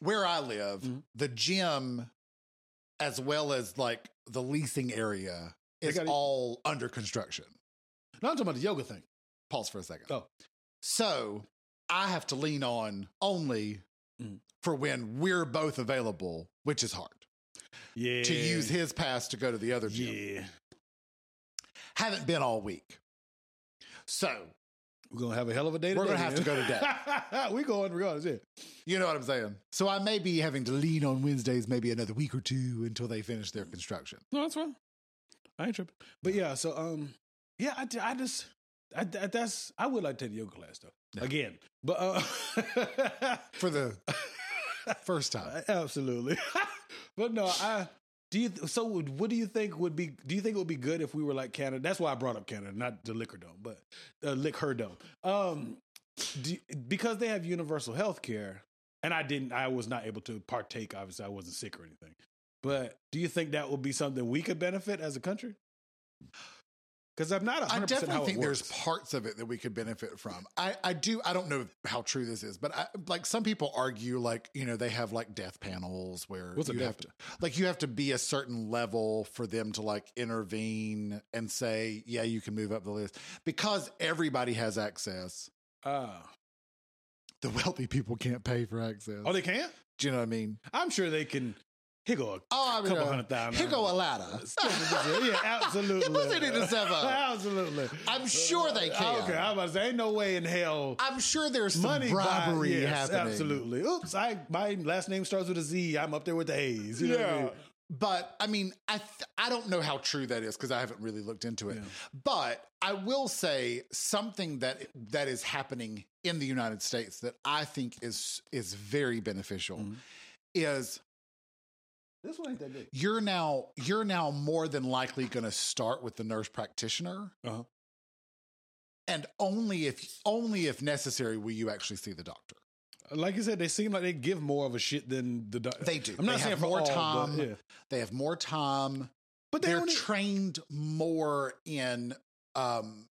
where I live, Mhm. the gym, as well as like the leasing area, They is gotta- all under construction. No, I'm talking about the yoga thing. Pause for a second. Oh. So I have to lean on only Mhm. for when we're both available, which is hard Yeah. to use his pass to go to the other gym. Yeah. Haven't been all week. So We're gonna have a hell of a day. We're today, gonna have to go today. we going regardless. Yeah. You know what I'm saying? So I may be having to lean on Wednesdays maybe another week or two until they finish their construction. No, that's fine. I ain't tripping. But yeah, so um, yeah, I, ju- I just I, I- that's I would like to take a yoga class though Yeah. again, but uh, For the first time. absolutely. but no, I do you. So would- what do you think would be? Do you think it would be good if we were like Canada? That's why I brought up Canada, not the liquor dome, but uh, lick her dome. Um, do, because they have universal health care, and I didn't. I was not able to partake. Obviously, I wasn't sick or anything. But do you think that would be something we could benefit as a country? Because I'm not 100% I how definitely it think works. there's parts of it that we could benefit from. I, I do. I don't know how true this is, but I, like some people argue, like you know, they have like death panels where What's a you death have to, like you have to be a certain level for them to like intervene and say, yeah, you can move up the list because everybody has access. Ah. The wealthy people can't pay for access. oh, they can't. do you know what I mean? I'm sure they can. Here go a Oh, I mean, couple uh, hundred thousand. Here go a ladder. yeah, absolutely. Your pussy need to step up. Absolutely. Uh, I'm sure they can. Okay, I'm about to say, ain't no way in hell I'm sure there's some money bribery buy, yes, happening. Absolutely. Oops, I my last name starts with a Z. I'm up there with the A's. You know what I mean? But I mean, I th- I don't know how true that is because I haven't really looked into it. Yeah. But I will say something that that is happening in the United States that I think is is very beneficial Mhm. is This one ain't that big. you're now you're now more than likely going to start with the nurse practitioner Uh-huh. and only if only if necessary will you actually see the doctor. Like you said, they seem like they give more of a shit than the. doc- They do. I'm not They saying have for more all, time. but, yeah. They have more time. but they They're don't. trained more in um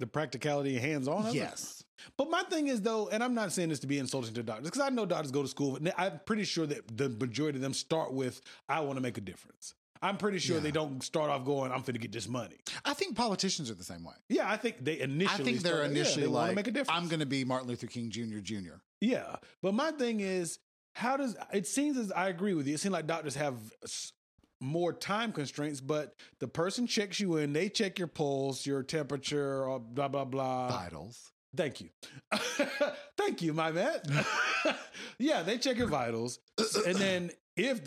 the practicality and hands on. yes. But my thing is though, and I'm not saying this to be insulting to doctors, because I know doctors go to school. and I'm pretty sure that the majority of them start with, "I want to make a difference." I'm pretty sure Yeah. they don't start off going, "I'm going to get this money." I think politicians are the same way. Yeah, I think they initially. I think they're start- yeah, initially they wanna like, make a difference. I'm going to be Martin Luther King Jr. Jr. yeah, but my thing is, how does it seems as I agree with you? It seems like doctors have s- more time constraints, but the person checks you in, they check your pulse, your temperature, or blah blah blah. Vitals. Thank you. Thank you, my man. yeah, they check your vitals. And then if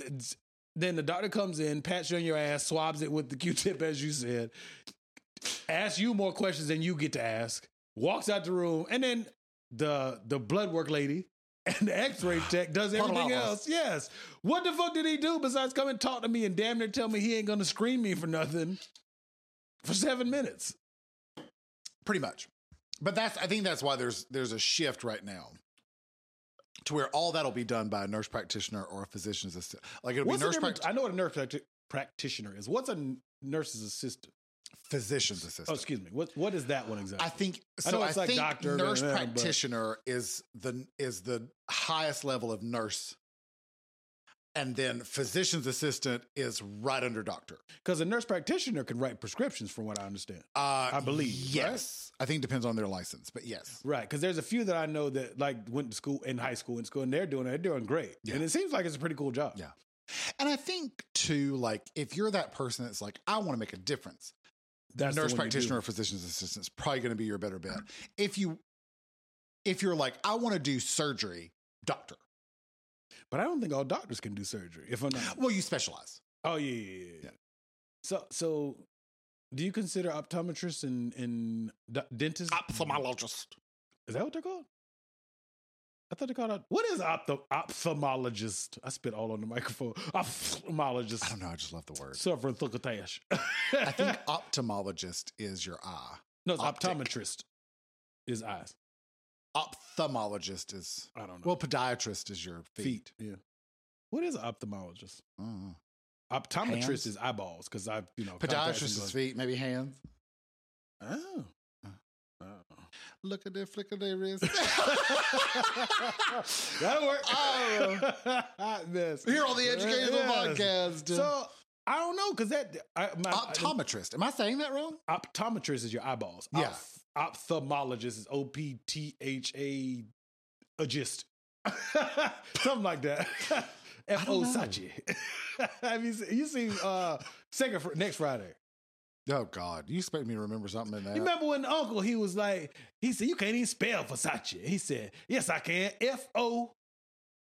then the doctor comes in, pats you on your ass, swabs it with the Q-tip as you said, asks you more questions than you get to ask, walks out the room, and then the the blood work lady and the x-ray tech does everything Palawas. else. Yes. What the fuck did he do besides come and talk to me and damn near tell me he ain't gonna scream me for nothing for seven minutes? Pretty much. But that's I think that's why there's there's a shift right now. To where all that'll be done by a nurse practitioner or a physician's assistant. Like it'll What's be the nurse difference- practitioner, I know what a nurse practi- practitioner is. What's a n- nurse's assistant? physician's Oh, assistant. excuse me. What what is that one exactly? I think I know so. I, it's like think doctor, nurse but- yeah, but- practitioner is the is the highest level of nurse, and then physician's assistant is right under doctor. Because a nurse practitioner could write prescriptions, from what I understand. Uh, I believe, right? Yes, I think it depends on their license, but yes, Right, because there's a few that I know that like went to school in high school and school, and they're doing it. They're doing great, Yeah. and it seems like it's a pretty cool job. Yeah. and I think too, like if you're that person that's like, I want to make a difference, That's the nurse one you do. practitioner or physician's assistant is probably going to be your better bet. If you if you're like, I want to do surgery, doctor. But I don't think all doctors can do surgery. If I'm not, Well, you specialize. oh yeah, yeah, yeah, yeah. Yeah. So so, do you consider optometrists and and d- dentists? Ophthalmologist. Is that what they're called? I thought they called it. What is opto- ophthalmologist? I spit all on the microphone. Ophthalmologist. I don't know. I just love the word. Suffering thuckatash. I think ophthalmologist is your eye. no, it's optic. optometrist. Is eyes. Ophthalmologist is I don't know. well, podiatrist is your feet. Yeah. What is ophthalmologist? Mm. Optometrist Hands? is eyeballs because I, you know, contacts Podiatrist and is glasses. feet, maybe hands. Oh. Uh. Oh. Look at their flick of their wrist. That'll work. Oh. Hot mess. Here on the educational Yes. podcast. So I don't know because that I, my, optometrist. Am I saying that wrong? optometrist is your eyeballs. Yeah. Oph- ophthalmologist is O P T H A a gist. Something like that. F O don't know. Sachi. E. Have you seen, you seen uh second fr- next Friday? Oh God, you expect me to remember something in that? You remember when Uncle he was like he said you can't even spell Versace. He said yes I can. F O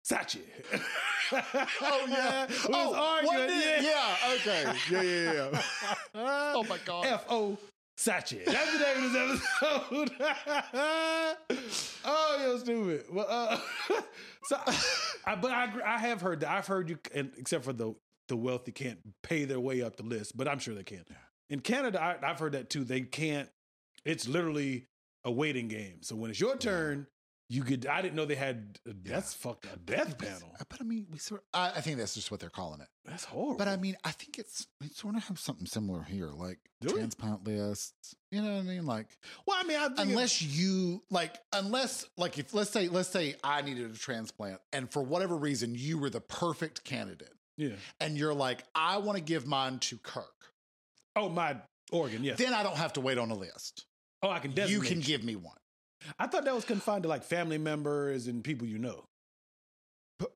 Sachi. oh yeah. Oh, wasn't it? Yeah, okay. Yeah, yeah, yeah, yeah. oh my God. F O Sachi. That's the name of this episode. oh, you're stupid. Well, uh, so, I, but I, agree- I have heard that. I've heard you, and except for the the wealthy can't pay their way up the list, but I'm sure they can. In Canada, I, I've heard that too. They can't. It's literally a waiting game. So when it's your turn, you get. I didn't know they had. uh, That's fucked. A death panel. But I mean, we sort. I, I think that's just what they're calling it. That's horrible. But I mean, I think it's we sort of have something similar here, like Do we? transplant lists. You know what I mean? Like well, I mean, I think it- unless you like, unless like if let's say let's say I needed a transplant, and for whatever reason you were the perfect candidate, yeah. and you're like, I want to give mine to Kirk. Oh, my organ. Yes. Then I don't have to wait on a list. Oh, I can designate. You can give me one. I thought that was confined to like family members and people you know. But-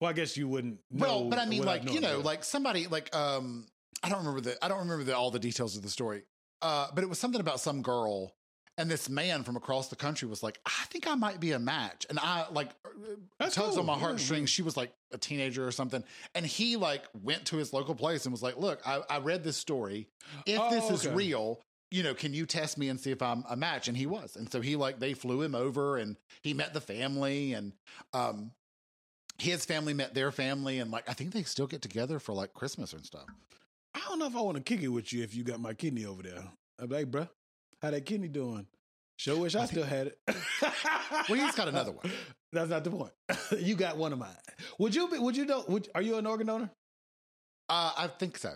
Well, I guess you wouldn't. Know Well, but I mean, without like you knowing know, that. like somebody, like um, I don't remember the, I don't remember the, all the details of the story, uh, but it was something about some girl, and this man from across the country was like, I think I might be a match, and I like That's tugs cool. on my Yeah, heartstrings. She was like a teenager or something, and he like went to his local place and was like, Look, I, I read this story. If Oh, this is okay. real. You know, can you test me and see if I'm a match? And he was, and so he like they flew him over, and he met the family, and um, his family met their family and like I think they still get together for like Christmas and stuff. I don't know if I want to kick it with you if you got my kidney over there. I'm like, bruh, how that kidney doing? Sure wish I, still had it. Well, he's got another one. That's not the point. you got one of mine. Would you be? Would you know? Would, are you an organ donor? Uh, I think so.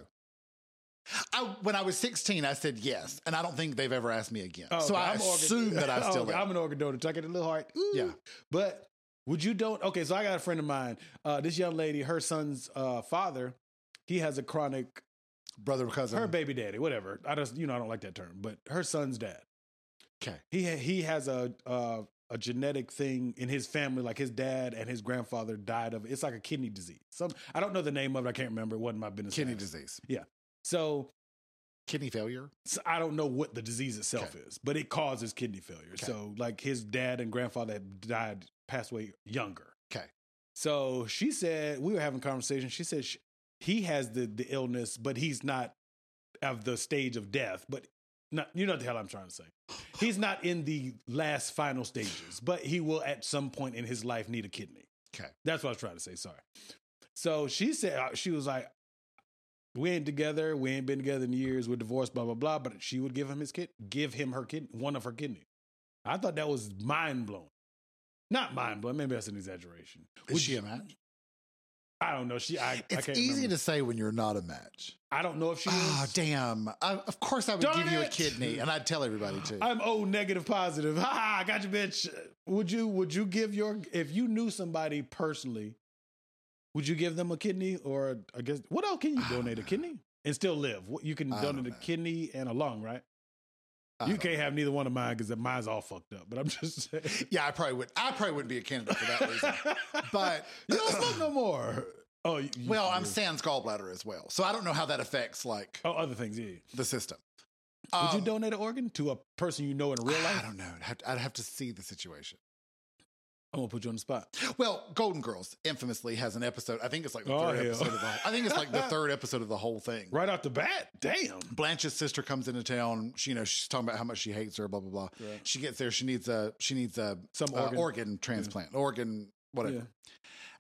I, when I was 16, I said yes, and I don't think they've ever asked me again. So Oh, okay. I I'm organ- Oh, assume that I still okay, am. I'm an organ donor. Check it a little heart. Ooh. Yeah. But would you don't? Okay, so I got a friend of mine. Uh, this young lady, her son's uh, father, he has a chronic brother cousin. her baby daddy, whatever. I just you know I don't like that term, but her son's dad. Okay. He ha- he has a uh, a genetic thing in his family. Like his dad and his grandfather died of it's like a kidney disease. Some I don't know the name of it. I can't remember. It wasn't my business. Kidney to ask. disease, So kidney failure. so I don't know what the disease itself is, but it causes kidney failure. Okay. So, like his dad and grandfather had died, passed away younger. Okay. So she said we were having a conversation. She said sh he has the the illness, but he's not of the stage of death. But not you know what the hell I'm trying to say. He's not in the last final stages, but he will at some point in his life need a kidney. Okay. That's what I was trying to say. Sorry. So she said uh, she was like, "We ain't together. We ain't been together in years. We're divorced. Blah blah blah." But she would give him his kid, give him her kidney, one of her kidneys. I thought that was mind blowing. Not mind blowing. Maybe that's an exaggeration. Is Would she you- a match? I don't know. She. I, I It's can't easy remember. to say when you're not a match. I don't know if she. Ah, is. damn. I, of course, I would Darn give you a it! kidney, and I'd tell everybody too. I'm O negative positive. Ha ha! I got you, bitch. Would you? Would you give your? If you knew somebody personally, would you give them a kidney or I guess what else can you I don't donate a know. kidney and still live? What you can I donate don't a know. kidney and a lung, right? I you don't can't have neither one of mine because mine's all fucked up. But I'm just saying. Yeah, I probably would. I probably wouldn't be a candidate for that reason. But you don't smoke no more. Oh, you, you- well, I'm you- sans gallbladder as well, so I don't know how that affects like Oh, other things. Yeah. the system. Would Um, you donate an organ to a person you know in real I life? don't know. I'd have, to, I'd have to see the situation. I'm gonna put you on the spot. Well, Golden Girls infamously has an episode. I think it's like the Oh, third hell. episode of the. I think it's like the third episode of the whole thing. Right off the bat. Damn. Blanche's sister comes into town. She, you know, she's talking about how much she hates her. Blah blah blah. Right. She gets there. She needs a. She needs a Some uh, organ. organ. transplant. Organ whatever. Yeah.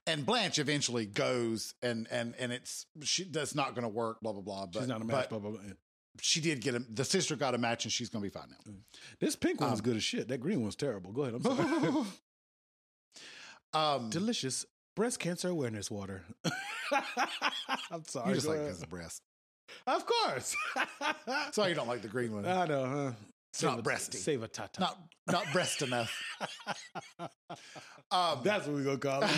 And Blanche eventually goes and and and it's she that's not going to work. Blah blah blah. But, She's not a but match. Blah blah blah. Yeah. she did get a, the sister got a match and she's going to be fine now. This pink one's Um, good as shit. That green one's terrible. Go ahead. I'm sorry. Um, Delicious breast cancer awareness water. I'm sorry. you just go like ahead. his breast. Of course. That's why you don't like the green one. I know, huh? It's not Save a- breasty. Save a tata. not not breast enough. Um, That's what we gonna call it.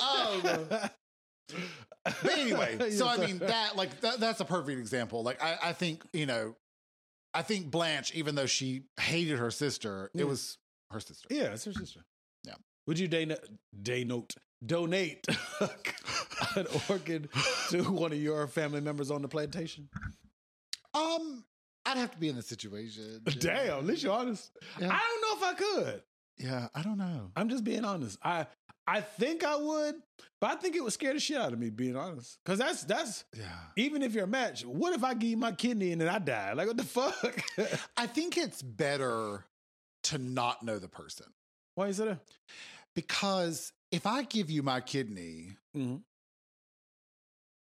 um, but anyway, so I Yes, mean sir. that like that, that's a perfect example. Like I, I think you know, I think Blanche, even though she hated her sister, Yeah. it was her sister. yeah, it's her sister. Yeah. Would you day day note donate an organ to one of your family members on the plantation? Um, I'd have to be in the situation. Damn, at least you're honest. Yeah. I don't know if I could. Yeah, I don't know. I'm just being honest. I I think I would, but I think it would scare the shit out of me. Being honest, because that's that's Yeah, even if you're a match. What if I give you my kidney and then I die? Like what the fuck? I think it's better to not know the person Why is that? because if I give you my kidney, Mm-hmm.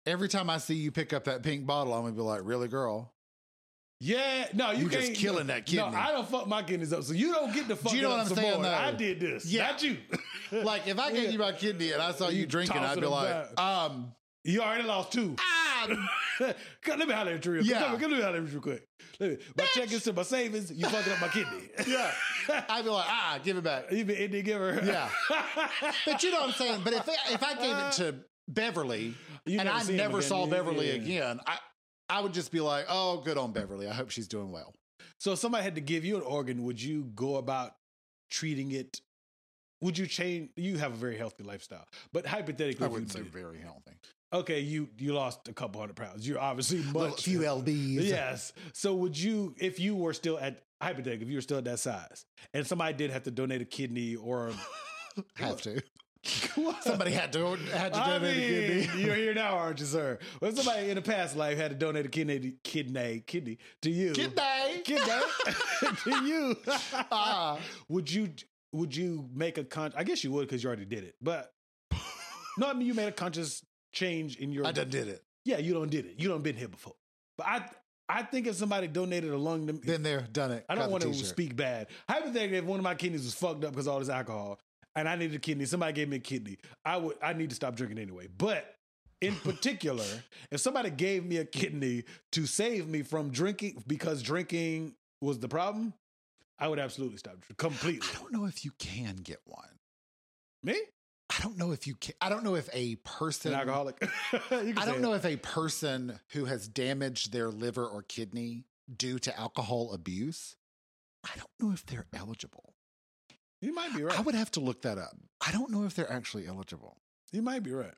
every time I see you pick up that pink bottle, I'm gonna be like, "Really, girl? Yeah, no, you You just can't, killing that kidney. No, I don't fuck my kidneys up, so you don't get to fuck. you know it what up I'm some saying, more. though? I did this, Yeah. not you. Like, if I gave Yeah. you my kidney and I saw you, You drinking, toss I'd it be on like, um, you already lost two. ah, Come, let me holler at you real quick. Yeah. Come, come let me holler at you real quick. Let me, my check is to my savings. You fucking up my kidney. yeah. I'd be like, ah, give it back. Even indie giver. Yeah. But you know what I'm saying? But if if I gave it to Beverly You and I see him never again. saw Yeah, Beverly yeah. again, I I would just be like, oh, good on Beverly. I hope she's doing well. So if somebody had to give you an organ, would you go about treating it? Would you change? You have a very healthy lifestyle, but hypothetically, I if you wouldn't say did- very healthy. okay, you you lost a couple hundred pounds. You're obviously Little much few lbs. Yes. So would you, if you were still at hypothetically, if you were still at that size, and somebody did have to donate a kidney or have to. Somebody had to had to I donate a kidney. mean, you're here now, aren't you, sir? Well, somebody in a past life had to donate a kidney, kidney, kidney to you, Kidney. kidney to you. Ah. would you? Would you make a con? I guess you would because you already did it. But no, I mean you made a conscious change in your. I done did it. Yeah, you don't did it. You don't been here before. But I, I think if somebody donated a lung, to, Been there, done it. I got don't the want to t-shirt. speak bad. Hypothetically, if one of my kidneys was fucked up because all this alcohol, and I needed a kidney, somebody gave me a kidney. I would. I need to stop drinking anyway. But in particular, if somebody gave me a kidney to save me from drinking because drinking was the problem, I would absolutely stop drinking completely. I don't know if you can get one. Me, I don't know if you can. I don't know if a person. an alcoholic. You can I say don't it. know if a person who has damaged their liver or kidney due to alcohol abuse I don't know if they're eligible. You might be right. I would have to look that up. I don't know if they're actually eligible. you might be right.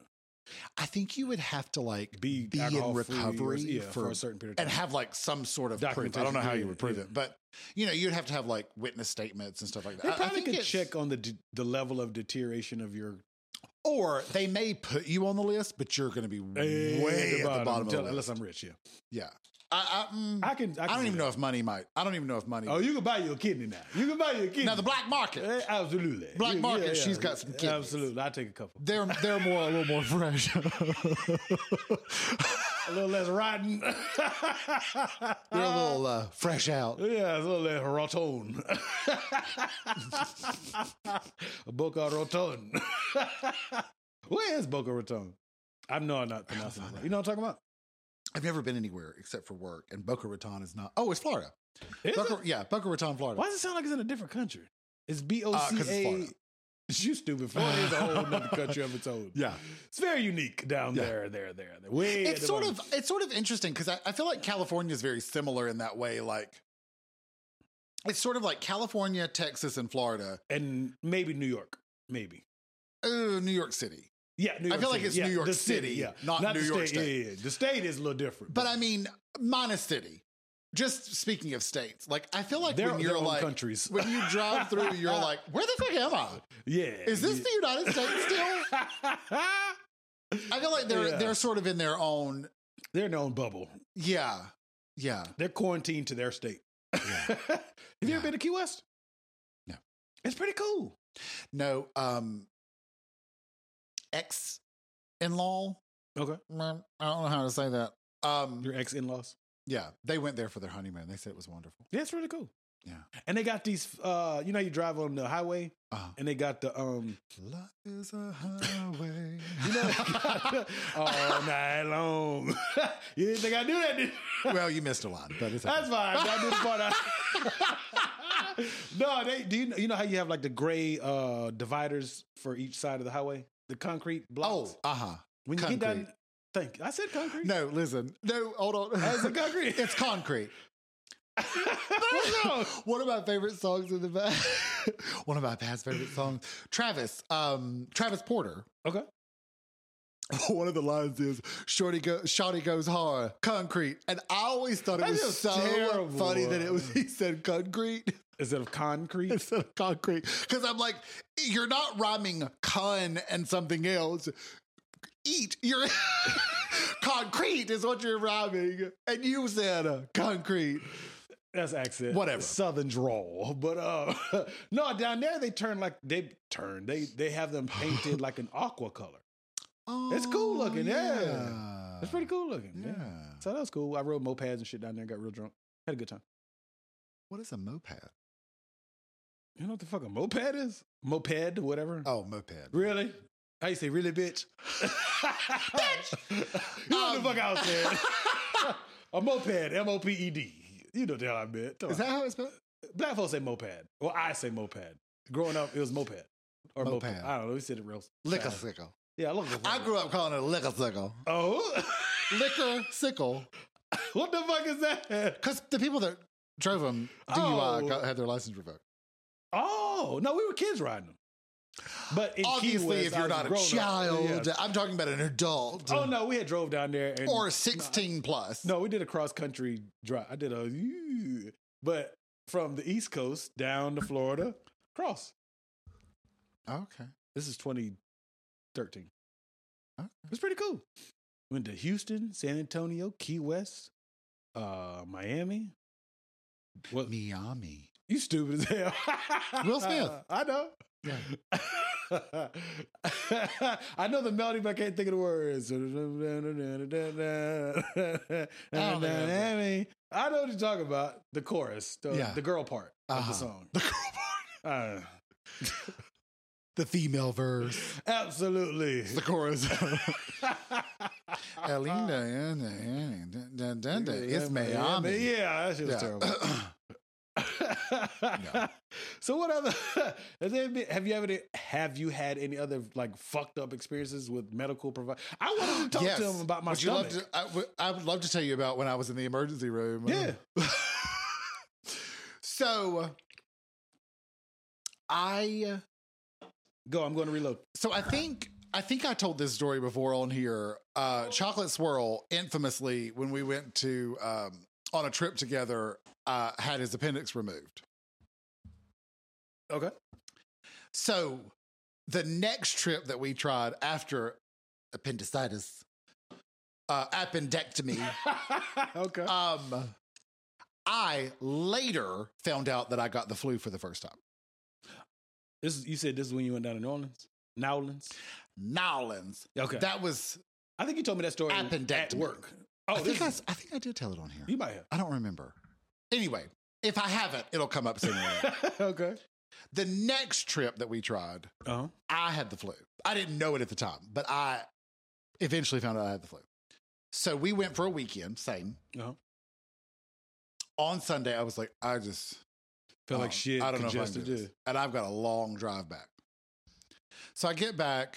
I think you would have to like Be, Be in alcohol-free or- recovery yeah, for, for- a certain period of and time. have like some sort of proof. I don't know how you would prove Documentation, it, but you know, you'd have to have like witness statements and stuff like that. They I- I probably think could it's- check on the de- the level of deterioration of your or they may put you on the list, but you're going to be way at the bottom of the until- list. unless I'm rich. Yeah, Yeah, I, I, mm, I can. I, I don't can do even that. know if money might. I don't even know if money. Oh, you can buy your kidney now. You can buy your kidney. now the black market. Eh, absolutely. black Yeah, market, yeah, yeah. she's got some kidneys. Absolutely, I take a couple. They're they're more a little more fresh. A little less rotten. they're a little uh, fresh out. Yeah, it's a little roton. Boca Raton. Where is Boca Raton? I know I'm not pronouncing it right. You know what I'm talking about? I've never been anywhere except for work, and Boca Raton is not. Oh, it's Florida. Is Boca, it? Yeah, Boca Raton, Florida. Why does it sound like it's in a different country? Ah, It's B O Uh, 'cause C it's A. Florida. You stupid. Florida is a whole other country of its own. Yeah, It's very unique down Yeah. there, there, there, there. Way at it's the sort bottom. of it's sort of interesting because I, I feel like California is very similar in that way. Like it's sort of like California, Texas, and Florida. and maybe New York, maybe. Ooh, New York City. Yeah, New I York feel like City. it's Yeah, New York the City, yeah. not New the York state. State. Yeah, yeah, yeah. The state is a little different, But I mean, minus city. Just speaking of states, like I feel like they're when their you're own like countries. when you drive through, you're like, where the fuck am I? yeah, Is this the United States still? still? I feel like they're Yeah. they're sort of in their own. they're in their own bubble. Yeah, yeah. They're quarantined to their state. Have you Yeah. ever been to Key West? No. it's pretty cool. No, um, ex in law. Okay, mm, I don't know how to say that. Um, your ex in laws. yeah, they went there for their honeymoon. They said it was wonderful. Yeah, it's really cool. Yeah. and they got these. uh You know, how you drive on the highway, Uh, and they got the um Love is a highway. You know, all night long. you didn't think I knew that? Did you? well, you missed a line, but it's okay. That's fine. I knew the part. I- no, they do. You know, you know how you have like the gray uh, dividers for each side of the highway, the concrete blocks. oh, uh huh. when you get concrete. done, think I said concrete. No, listen. No, hold on. I said concrete. it's concrete. What's wrong? One of my favorite songs in the back. One of my past favorite songs. Travis, um, Travis Porter. Okay. One of the lines is "Shorty go, Shorty goes hard, concrete," and I always thought it That's was just so terrible. funny that it was he said concrete Instead of concrete, instead of concrete because I'm like, you're not rhyming con and something else. Eat you're concrete is what you're rhyming, and you said uh, concrete. that's accent. Whatever. Southern drawl. But uh, no, down there they turn like they turn. They they have them painted like an aqua color. Oh, It's cool looking, yeah. It's pretty cool looking. Yeah. Yeah. So that was cool. I rode mopeds and shit down there and got real drunk. Had a good time. What is a moped? You know what the fuck a moped is? Moped, whatever. Oh, moped. Really? How you say really, bitch? bitch! You know Um, what the fuck I was saying. a moped, M O P E D. You know the hell I meant. Come Is on. that how it's spelled? Black folks say moped. Well, I say moped. Growing up, it was moped. Or moped. Moped. I don't know. We said it real. Liquor fast. sickle. Yeah, I love the I grew up calling it a liquor sickle. Oh? Liquor sickle. what the fuck is that? Because the people that drove them DUI Oh. got, had their license revoked. Oh no, we were kids riding them. But in Key Obviously, West, if I you're was not a grown up. child, Yeah. I'm talking about an adult Oh no, we had drove down there and or 16 plus. no, we did a cross country drive. I did a but from the East Coast down to Florida cross. Okay. This is 2013. It was pretty cool. Went to Houston, San Antonio, Key West, uh, Miami. What Miami. you stupid as hell? Will Smith. I know. Yeah. I know the melody, but I can't think of the words. I know what you're talking about. The chorus, the, Yeah. the girl part of Uh-huh. the song. The, girl part. Uh, the female verse. absolutely. The chorus. Yeah, it's Miami. Yeah, that shit was Yeah. terrible. So what other has there been, have you ever have you had any other like fucked up experiences with medical providers? I wanted to talk Yes. to them about my Would you love stomach. to, I, would, I would love to tell you about when I was in the emergency room. Yeah. So I Go. I'm going to reload. so I think I think I told this story before on here. Uh, Chocolate Swirl infamously when we went to um, on a trip together uh, had his appendix removed. Okay. So the next trip that we tried after appendicitis, uh, appendectomy, okay. um, I later found out that I got the flu for the first time. This is, you said this is when you went down to New Orleans. New Orleans. Nowlands. Okay. That was I think you told me that story appendectomy. at work. Oh, Oh, I, this think I, is- s- I think I did tell it on here. you might have. I don't remember. Anyway, if I haven't, it'll come up soon. okay. the next trip that we tried, Uh huh. I had the flu. I didn't know it at the time, but I eventually found out I had the flu. So we went for a weekend, same. Uh-huh. On Sunday, I was like, I just Felt um, like shit. I don't know if I can congested. do this. And I've got a long drive back. So I get back,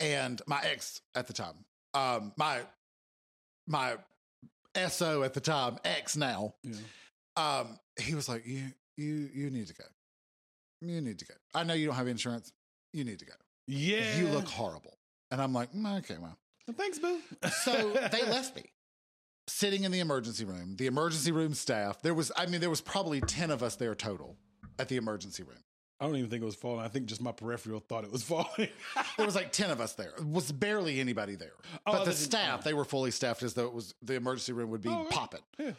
and my ex at the time, um, my my SO at the time, ex now, Yeah. um, he was like, "You, you, you need to go. You need to go. I know you don't have insurance. You need to go. Yeah. You look horrible." And I'm like, "Mm, "Okay, well." Thanks, boo. So they left me sitting in the emergency room. The emergency room staff. There was, I mean, there was probably ten of us there total at the emergency room. I don't even think it was falling. I think just my peripheral thought it was falling. There was like ten of us there. It was barely anybody there. Oh, but the that's- staff, they were fully staffed as though it was the emergency room would be Oh, right. popping. Yeah.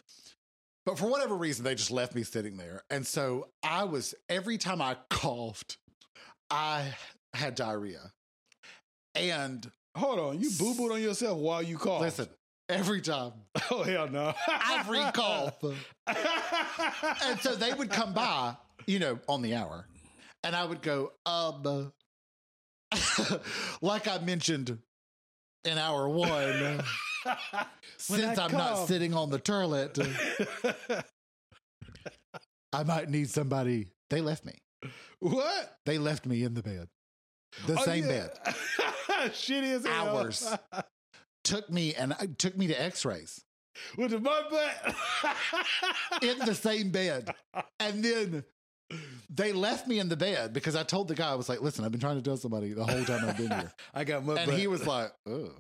But for whatever reason, they just left me sitting there. And so I was, every time I coughed, I had diarrhea. And Hold on. You boo booed on yourself while you called. listen, every time, Oh, hell no. every cough. and so they would come by, you know, on the hour. And I would go, um, like I mentioned in hour one, When since I I'm not cough. sitting on the toilet, I might need somebody. They left me. what? They left me in the bed, Oh, the same bed. bed. Shit is hell. Hours. Took me and uh, took me to X-rays With the butt butt. in the same bed, and then they left me in the bed because I told the guy I was like, "Listen, I've been trying to tell somebody the whole time I've been here," I got mud and butt. he was like, "Oh,"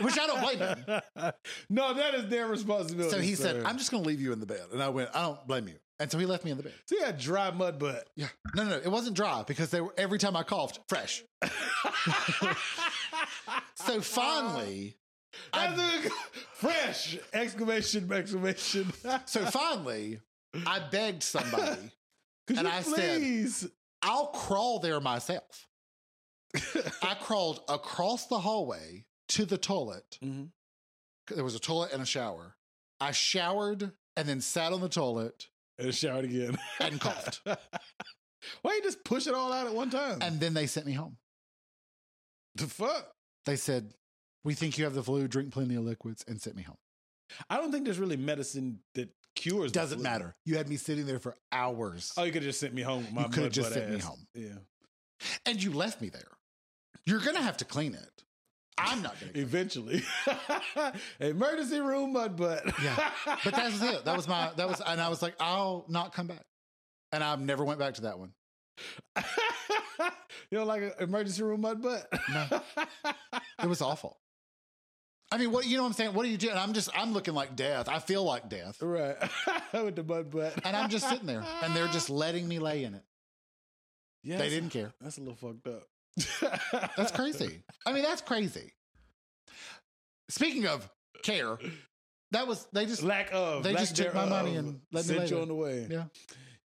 which I don't blame him. no, that is their responsibility. So he sir. said, "I'm just going to leave you in the bed," and I went, "I don't blame you." And so he left me in the bed. So you had dry mud butt. Yeah, no, no, no, it wasn't dry because they were every time I coughed, fresh. So finally. That's a- fresh! Exclamation! Exclamation! So finally, I begged somebody, Could And you I said- please? I'll crawl there myself. I crawled across the hallway to the toilet. Mhm. There was a toilet and a shower. I showered and then sat on the toilet and showered again. and coughed. Why you just push it all out at one time? and then they sent me home. the fuck? They said, We think you have the flu, drink plenty of liquids, and sent me home. I don't think there's really medicine that cures. It the doesn't flu. matter. You had me sitting there for hours Oh, you could have just sent me home. With my You coulda mud just butt sent me ass. home. Yeah. and you left me there. You're going to have to clean it. I'm not going to. Eventually, emergency room mud butt. Yeah. but that's it. That was my that was and I was like, I'll not come back. And I never went back to that one. you don't like an emergency room mud butt? No. It was awful. I mean, what you know what I'm saying? What do you do? And I'm just I'm looking like death. I feel like death. right. With the mud butt. And I'm just sitting there and they're just letting me lay in it. Yeah, They that's- didn't care. That's a little fucked up. That's crazy. I mean, that's crazy. Speaking of care, that was they just Lack of. They lack just took my money thereof. and let me sent lay you there. on the way.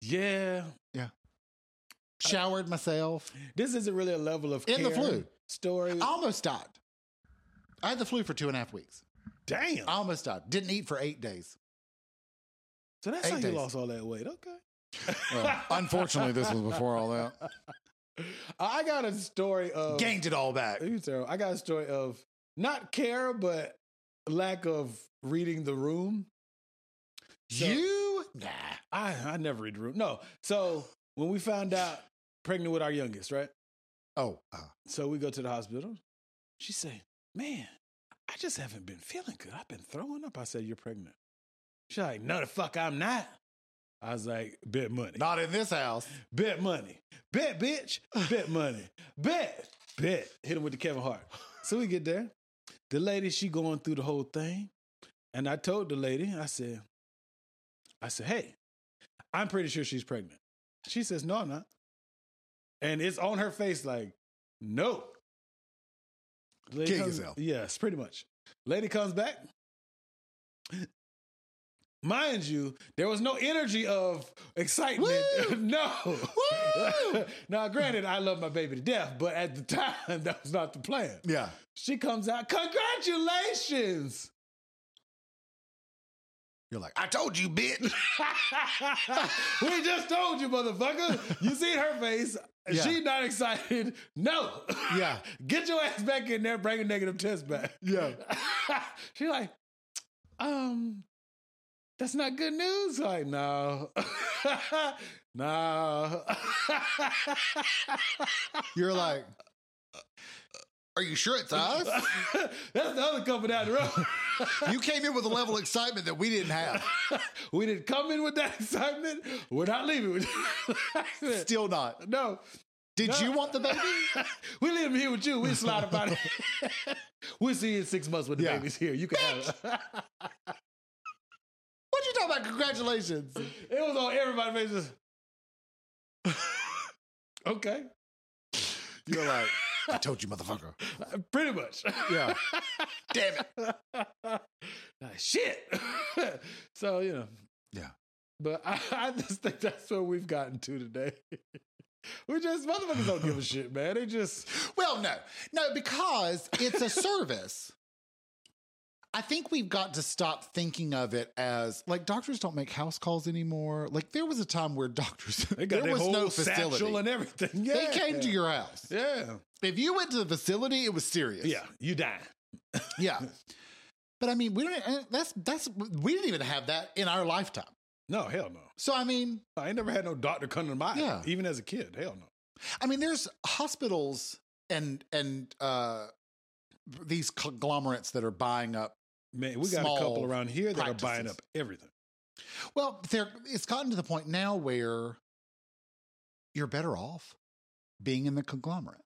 Yeah. Yeah. showered myself. This isn't really a level of In the care flu. story. I almost died. I had the flu for two and a half weeks. Damn. I almost died. Didn't eat for eight days. so that's eight how you days. lost all that weight. Okay. Well, unfortunately, this was before all that. I got a story of Gained it all back. You terrible. I got a story of not care, but lack of reading the room. So- you? Nah. I I never read the room. No. So when we found out pregnant with our youngest, right? Oh, uh, So we go to the hospital. She said, Man, I just haven't been feeling good. I've been throwing up. I said, You're pregnant. She's like, No, the fuck, I'm not. I was like, bet money. Not in this house. Bet money. Bet, bitch. Bet money. Bet. Bet. Hit him with the Kevin Hart. So we get there. The lady, she going through the whole thing. And I told the lady, I said, I said, hey, I'm pretty sure she's pregnant. She says, no, I'm not. And it's on her face like, no. The lady Kill comes- yourself. Yes, pretty much. Lady comes back. Mind you, there was no energy of excitement. Woo! no. Woo! now, granted, I love my baby to death, but at the time, that was not the plan. Yeah. She comes out, congratulations. You're like, I told you, bitch. we just told you, motherfucker. You seen her face. Yeah. She not excited. No. Yeah. Get your ass back in there, bring a negative test back. Yeah. she like, um, that's not good news. Like, no. no. You're like, are you sure it's us? that's the other company down the road. You came in with a level of excitement that we didn't have. we didn't come in with that excitement. We're not leaving with that. Still not. No. Did No. you want the baby? we live here with you. We slide about it. we'll see you in six months when the Yeah. baby's here. You can have it. What you talking about? Congratulations. It was on everybody's faces. okay. You're like, I told you, motherfucker. Pretty much. Yeah. Damn it. Like, shit. so, you know. Yeah. But I, I just think that's where we've gotten to today. we just, motherfuckers don't give a shit, man. They just, Well, no, no, because it's a service. I think we've got to stop thinking of it as like doctors don't make house calls anymore. Like there was a time where doctors they got there their was whole no satchel facility. and everything. they Yeah. came to your house. Yeah. If you went to the facility, it was serious. Yeah. You die. yeah. But I mean, we don't. uh, That's that's we didn't even have that in our lifetime. No, hell no. So I mean, I ain't never had no doctor come to my Yeah. even as a kid. Hell no. I mean, there's hospitals and and uh, these conglomerates that are buying up Man, we got Small a couple around here that are buying practices. up everything. Well, there it's gotten to the point now where you're better off being in the conglomerate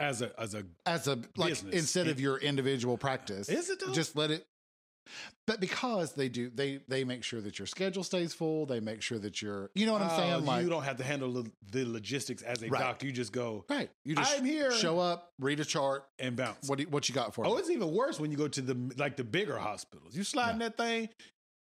As a as a as a like Business. instead of your individual practice. is it though? Just let it but because they do they they make sure that your schedule stays full, they make sure that you're you know what I'm Oh, saying? Like you don't have to handle lo- the logistics as a Right. doctor. You just go right. You just I'm here. show up, read a chart, and bounce. what do you, what you got for oh, me? it's even worse when you go to the like the bigger hospitals. You slide in that thing.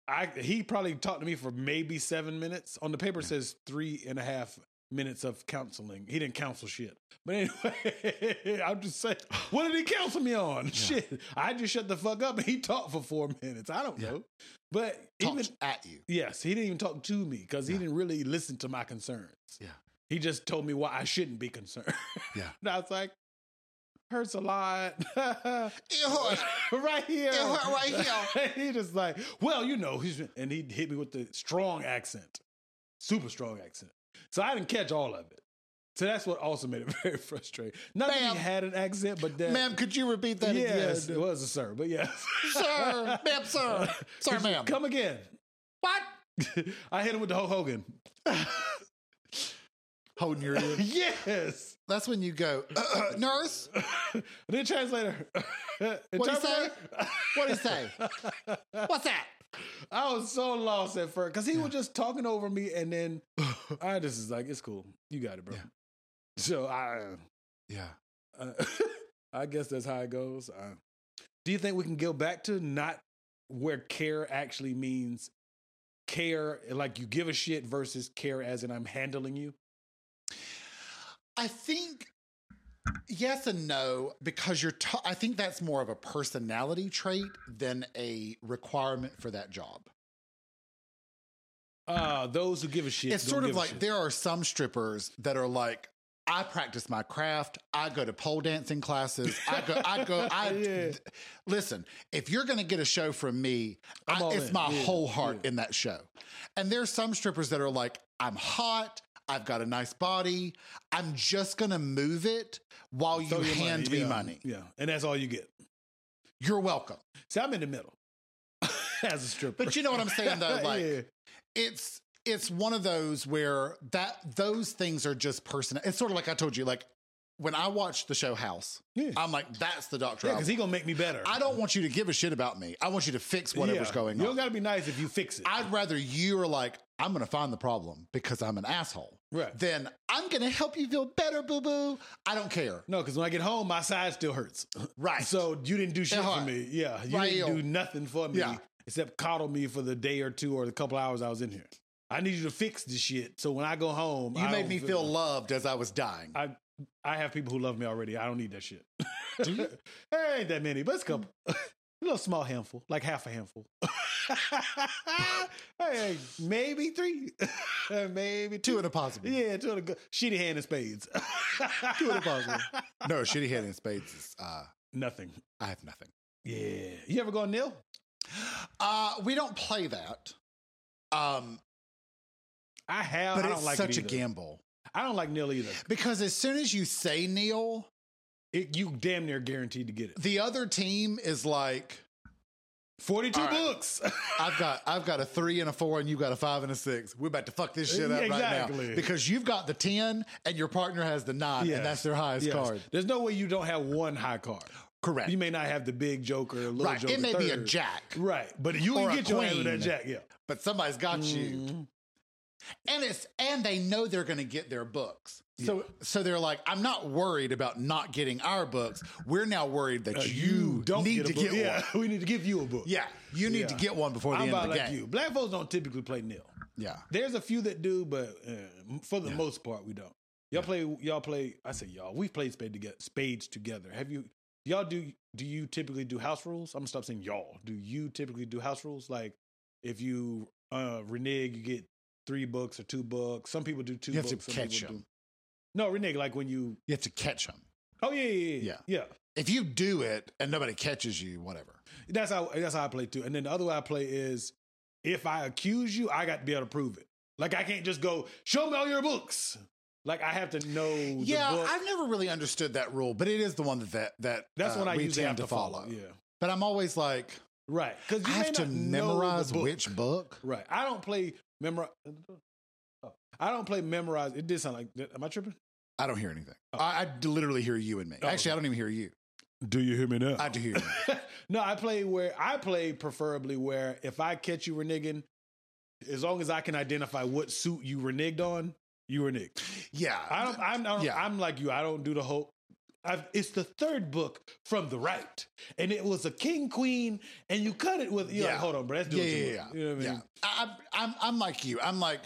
I he probably talked to me for maybe seven minutes. On the paper it says three and a half minutes of counseling. He didn't counsel shit. But anyway, I'm just saying, what did he counsel me on? Shit. I just shut the fuck up and he talked for four minutes. I don't Yeah. know. But Talk even at you. Yes, he didn't even talk to me because he Yeah. didn't really listen to my concerns. Yeah. He just told me why I shouldn't be concerned. Yeah. and I was like, hurts a lot. right here. It hurt right he just like, well, you know, he's, and he hit me with the strong accent, super strong accent. So I didn't catch all of it. So that's what also made it very frustrating. Not that Ma'am. he had an accent, but that. Ma'am, could you repeat that yeah, again? it was a sir, but yes. Sir, ma'am, sir. Sir, He's like, Uh, ma'am. Come again. What? I hit him with the Hulk Hogan. Holding your ear. yes. That's when you go, nurse, then translator. What'd he say? Interpreter? what do you say? What's that? I was so lost at first because he was just talking over me, and then I just is like, "It's cool, you got it, bro." Yeah. So I, Yeah. uh, I guess that's how it goes. Uh, do you think we can go back to not where care actually means care, like you give a shit, versus care as in I'm handling you? I think yes and no because you're. ta- I think that's more of a personality trait than a requirement for that job. Uh, those who give a shit. it's don't sort of give a like shit. there are some strippers that are like. I practice my craft. I go to pole dancing classes. I go. I go. I Yeah. listen. If you're going to get a show from me, I'm I- all it's in. my Yeah, whole heart yeah. in that show. And there's some strippers that are like, I'm hot. I've got a nice body. I'm just going to move it while Throw you your money, hand me yeah, money. Yeah, and that's all you get. You're welcome. See, I'm in the middle as a stripper. But you know what I'm saying though? Like Yeah. it's it's one of those where that those things are just personal. It's sort of like I told you, like when I watch the show House, Yeah. I'm like, that's the doctor. I, because he gonna make me better. I don't want you to give a shit about me. I want you to fix whatever's Yeah. going You on. don't gotta be nice if you fix it. I'd rather you are like, I'm going to find the problem because I'm an asshole. Right. Then I'm going to help you feel better, boo boo. I don't care. no, because when I get home, my side still hurts. Right. So you didn't do shit for hard. me. Yeah, you Right, didn't yo. do nothing for me Yeah. except coddle me for the day or two or the couple hours I was in here. I need you to fix this shit. So when I go home, you I made don't me feel loved as I was dying. I I have people who love me already. I don't need that shit. Do you? there ain't that many, but it's a couple. a little small handful, like half a handful. hey, maybe three, maybe two. Two in a possible. Yeah, two of the good. shitty hand and spades. two in a possible. No, shitty head in spades is, uh, Nothing. I have nothing. Yeah. You ever go nil? Uh, we don't play that. Um, I have. but I don't it's like such a it either. gamble I don't like nil either. because as soon as you say Neil, It, you damn near guaranteed to get it. the other team is like, Forty-two All right. books. I've got I've got a three and a four, and you got a five and a six. We're about to fuck this shit up right Exactly. now because you've got the ten and your partner has the nine, Yes. and that's their highest Yes. card. There's no way you don't have one high card. Correct. You may not have the big joker, or little right. joker. It may be a third. jack, Right, but you Or can a get your hand with that queen. jack. Yeah, but somebody's got you, Mm. and it's and they know they're going to get their books. So so they're like, I'm not worried about not getting our books. We're now worried that Uh, you, don't need a to book. get yeah, one. we need to give you a book. Yeah, you need Yeah. to get one before the I'm end of about the like game. you. Black folks don't typically play nil. Yeah, There's a few that do, but uh, for the most part, we don't. Y'all play. Y'all play. I say y'all. We played spade together. Spades together. Have you? Y'all do? Do you typically do house rules? I'm gonna stop saying y'all. Do you typically do house rules? Like if you uh, renege, you get three books or two books. Some people do two. you have to books, some catch people them. do- No renege. Like when you. You have to catch them. Oh yeah, yeah, yeah, yeah. If you do it and nobody catches you, whatever. That's how that's how I play too. And then the other way I play is if I accuse you, I got to be able to prove it. Like I can't just go, show me all your books. Like I have to know the Yeah, book. I've never really understood that rule, but it is the one that that, that that's uh, what I we usually tend have to follow. Yeah. But I'm always like, Right. Because I you have to memorize book. which book. Right. I don't play memorize. I don't play memorize. It did sound like that. Am I tripping? I don't hear anything. I, I d- literally hear you and me. Oh, Actually, okay. I don't even hear you. Do you hear me now? I do hear you. no, I play where I play preferably where if I catch you reneging, as long as I can identify what suit you reneged on, you reneged. Yeah, I don't. I'm. I'm, Yeah. I'm like you. I don't do the whole. I've, it's the third book from the right, and it was a king queen, and you cut it with. You're Yeah. like, hold on, bro. Let's do yeah, it. yeah, yeah. You know what I mean? yeah. I, I, I'm, I'm like you. I'm like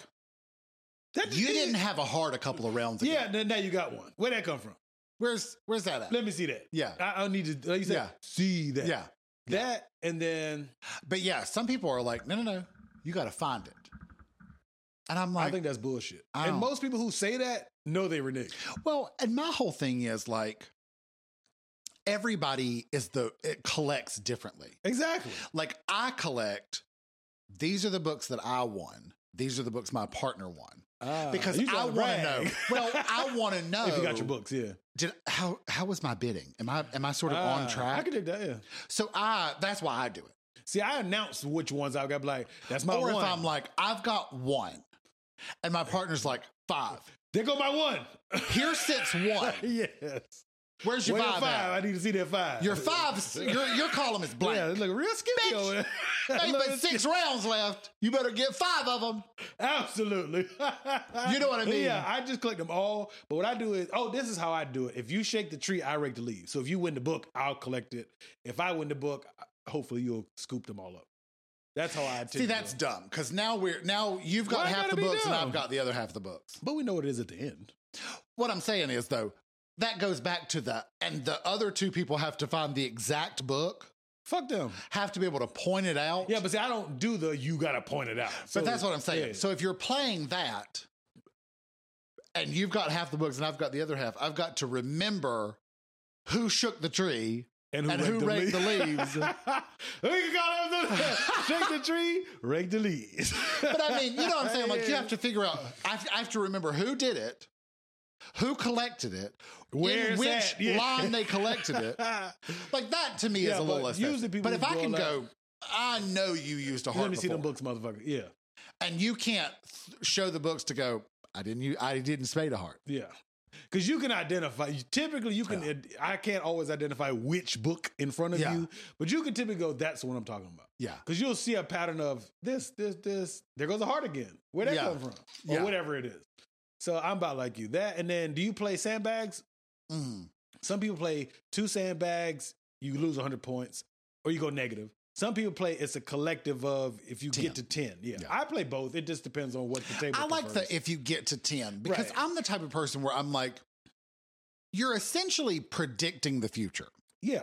That you it- didn't have a heart a couple of rounds ago. Yeah. Then now you got one. Where'd that come from? Where's Where's that at? Let me see that. yeah, I, I need to. Like you said, Yeah. see that. yeah. That and then But yeah, some people are like, no, no, no. You got to find it. And I'm I like, think that's bullshit. I And don't- most people who say that know they reneged. Well, and my whole thing is like everybody is the it collects differently. Exactly. Like I collect these are the books that I won. These are the books my partner won because Ah, Uh, I you trying to want to brag. know. Oh. Well, I want to know if you got your books, yeah. Did how how was my bidding? Am I am I sort of on Ah, track? I could do that. Yeah. so I that's why I do it. See, I announce which ones I got. be Like that's my or one. if I'm like I've got one, and my partner's like five. there go my one. Here sits one. yes. Where's your Where your five? five? at? I need to see that five. Your five. Your your column is blank. Yeah, it look real Bitch. skippy over there. Hey, Look, but six rounds left. You better get five of them. Absolutely. You know what I mean. Yeah, I just collect them all. But what I do is, oh, this is how I do it. If you shake the tree, I rake the leaves. So if you win the book, I'll collect it. If I win the book, hopefully you'll scoop them all up. That's how I See, that's dumb because now we're now you've got Why half gotta the be books and dumb? I've got the other half the books. But we know what it is at the end. What I'm saying is though, that goes back to the and the other two people have to find the exact book, Fuck them. have to be able to point it out. Yeah, but see, I don't do the you gotta point it out. So- but that's what I'm saying. yeah. So if you're playing that, and you've got half the books and I've got the other half, I've got to remember who shook the tree. and who raked the leaves? we can call them the shake the tree, rake the leaves. But I mean, you know what I'm saying? Like you have to figure out. I have, I have to remember who did it, who collected it, Where in it's which at, yeah. line they collected it. Like that to me Yeah, is a little but less. usually people but if would I go can like- go, I know you used a heart. Let me see them before." books, motherfucker. Yeah. and you can't th- show the books to go. I didn't. u- I didn't spade a heart. Yeah. Because you can identify, typically, you can, I can't always identify which book in front of Yeah. you, but you can typically go, that's the one I'm talking about. Yeah. Because you'll see a pattern of this, this, this, there goes a heart again. Where'd that Yeah. come from? Or Yeah. whatever it is. So I'm about like you. That, and then do you play sandbags? Mm. Some people play two sandbags, you lose 100 points, or you go negative. Some people play it's a collective of if you get to 10. Yeah. Yeah. I play both. It just depends on what the table I like prefers. the if you get to ten because Right. I'm the type of person where I'm like, you're essentially predicting the future. Yeah.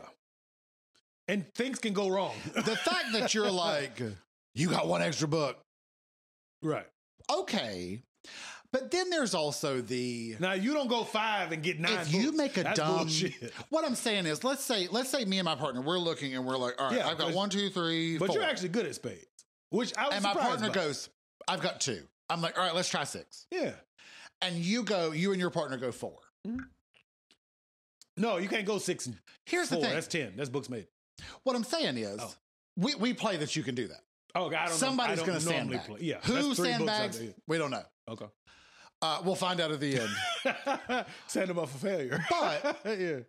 And things can go wrong. The fact that you're like, you got one extra book, right. okay. But then there's also the Now you don't go five and get nine. if you votes. make a That's dumb bullshit. what i'm saying is let's say let's say me and my partner we're looking and we're like all right Yeah, i've got but- one two three But four. you're actually good at spades. Which I was and my surprised partner by. goes i've got two i'm like all right let's try six Yeah. and you go you and your partner go four No, you can't go six and here's four. the thing That's ten. That's books made. what i'm saying is Oh. we, we play that you can do that Oh, God, I don't somebody's know. I gonna don't normally sandbag play. Yeah. who that's three books out sandbags there. we don't know Okay. uh, we'll find out at the end Send them up for failure. But- yeah.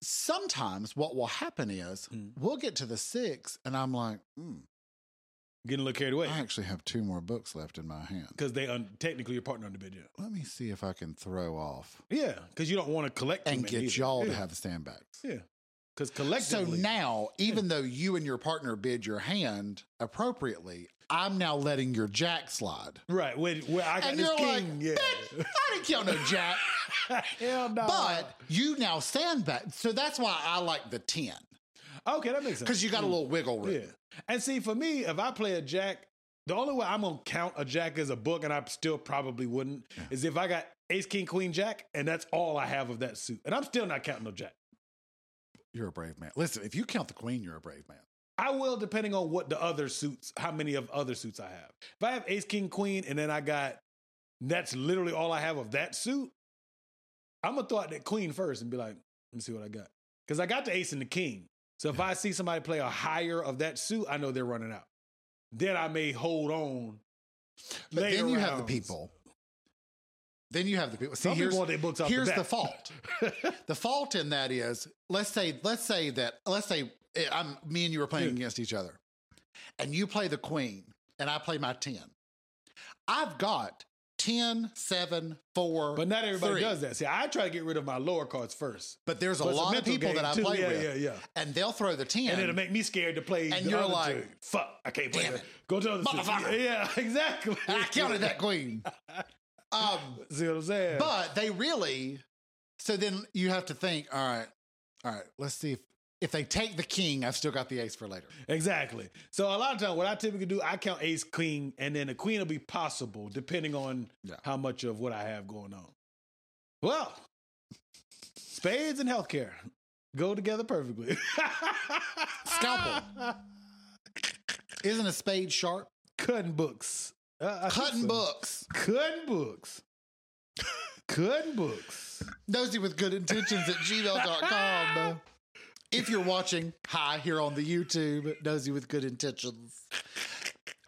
sometimes what will happen is Mm. we'll get to the six and i'm like mm, Getting a little carried away. i actually have two more books left in my hand Because they un- technically your partner on the bid, yeah. let me see if i can throw off Yeah. Because you don't want to collect too and many get either. y'all yeah. to have the sandbags. Yeah. Because So collectively. now, even though you and your partner bid your hand appropriately, I'm now letting your jack slide. Right, where, where I got And this you're like, king, bitch, I didn't kill no jack, yeah. Hell no. but you now sandbag. So that's why I like the 10 okay, that makes sense. because you got a little wiggle room. yeah. And see, for me, if I play a jack, the only way I'm gonna count a jack as a book, and I still probably wouldn't, is if I got ace, king, queen, jack, and that's all I have of that suit, and I'm still not counting no jack. You're a brave man. Listen, if you count the queen, you're a brave man. I will, depending on what the other suits, how many of other suits I have. If I have ace, king, queen, and then I got that's literally all I have of that suit, I'm gonna throw out that queen first and be like, let me see what I got. Because I got the ace and the king. So if I see somebody play a higher of that suit, I know they're running out. Then I may hold on. But later then you have the rounds. people. Then you have the people. See, Some here's, people want their books off here's the, the bat. fault. the fault in that is let's say let's say that let's say eh, I'm me and you are playing Yeah. against each other, and you play the queen and I play my ten. I've got 10, 7, 4. But not everybody three. does that. See, I try to get rid of my lower cards first. But there's a But it's lot of mental people game, that I too. play yeah, with, Yeah, yeah, and they'll throw the ten. and it'll make me scared to play. And the you're other like, two. fuck, I can't play "Damn that. it. Go to the other Motherfucker." two. Yeah, exactly. and I counted that queen. Um, See what I'm saying? but they really. So then you have to think. All right, all right. Let's see if if they take the king, I've still got the ace for later. exactly. So a lot of times, what I typically do, I count ace queen, and then a queen will be possible depending on Yeah. how much of what I have going on. Well, spades and healthcare go together perfectly. Scalpel. Isn't a spade sharp? cutting books, Uh, I think Cutting so. books. cutting books, cutting books. Nosy with good intentions at gmail.com. If you're watching, hi here on the YouTube, Nosy with good intentions.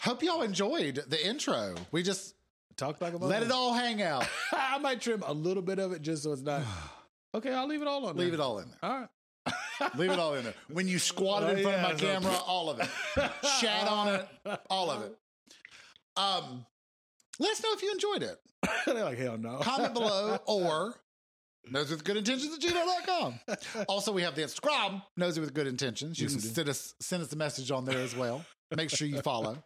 Hope y'all enjoyed the intro. We just Talk like about let it all hang out. I might trim a little bit of it just so it's not. Okay, I'll leave it all on. Leave it there. all in there. All right. Leave it all in there. When you squatted in front of my Oh, yeah, so- camera, all of it. Shat on it, all of it. Um, let us know if you enjoyed it. They're like, hell no. comment below or nosy with good intentions at gmail.com also we have the instagram nosy with good intentions you Yes, can we do. send us send us a message on there as well make sure you follow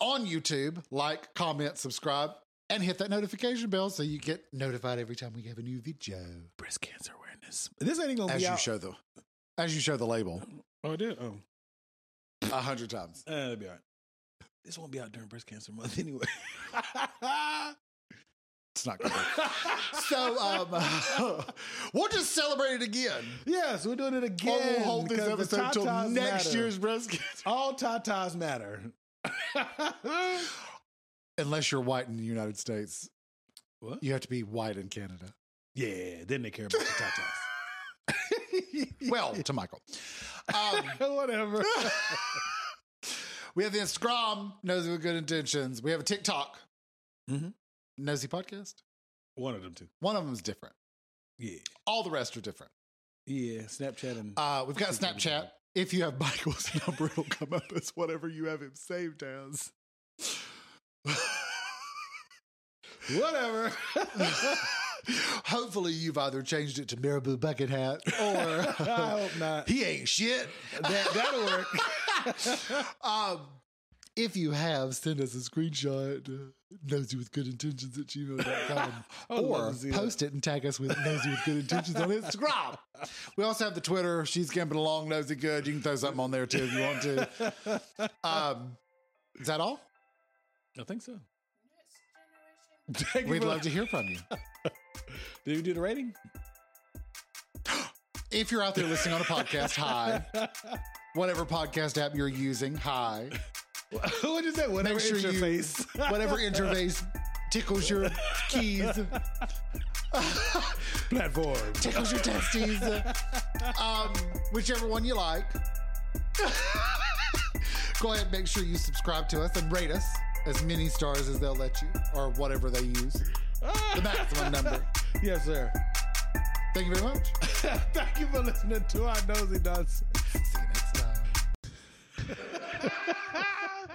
on youtube like comment subscribe and hit that notification bell so you get notified every time we have a new video Breast cancer awareness. This ain't gonna as be you out. show the as you show the label Oh, it did. Oh, a hundred times uh, that'll be all right. This won't be out during breast cancer month anyway. it's not good so um we'll just celebrate it again yes, we're doing it Or again. we'll hold this because the episode till tatas next matter. year's breast cancer All tatas matter. unless you're white in the United States. What? You have to be white in Canada. yeah, then they care about the tatas. Well, to Michael. Um, Whatever. We have the Instagram, Nosy with Good Intentions. We have a TikTok, Mhm. Nosy Podcast. One of them two. One of them is different. Yeah. All the rest are different. Yeah. Snapchat and Uh, we've got Snapchat. If you have Michael's number, it'll come up as whatever you have him saved as. whatever. Hopefully, you've either changed it to Marabou Bucket Hat I or hope not. he ain't shit. That, that'll work. um, if you have, send us a screenshot, uh, nosy with good intentions at gmail.com, I would love or to see that. post it and tag us with nosy with good intentions on Instagram. We also have the Twitter. She's gambling along, nosy good. You can throw something on there too if you want to. Um, is that all? I think so. We'd love to hear from you. Did we do the rating? If you're out there listening on a podcast, hi. Whatever podcast app you're using, hi. what is that? Whatever sure you- interface. Whatever interface tickles your keys, platform. tickles your testes, um, whichever one you like. Go ahead and make sure you subscribe to us and rate us as many stars as they'll let you, or whatever they use, the maximum number. yes, sir. Thank you very much. Thank you for listening to our nosy nonsense. See you next time.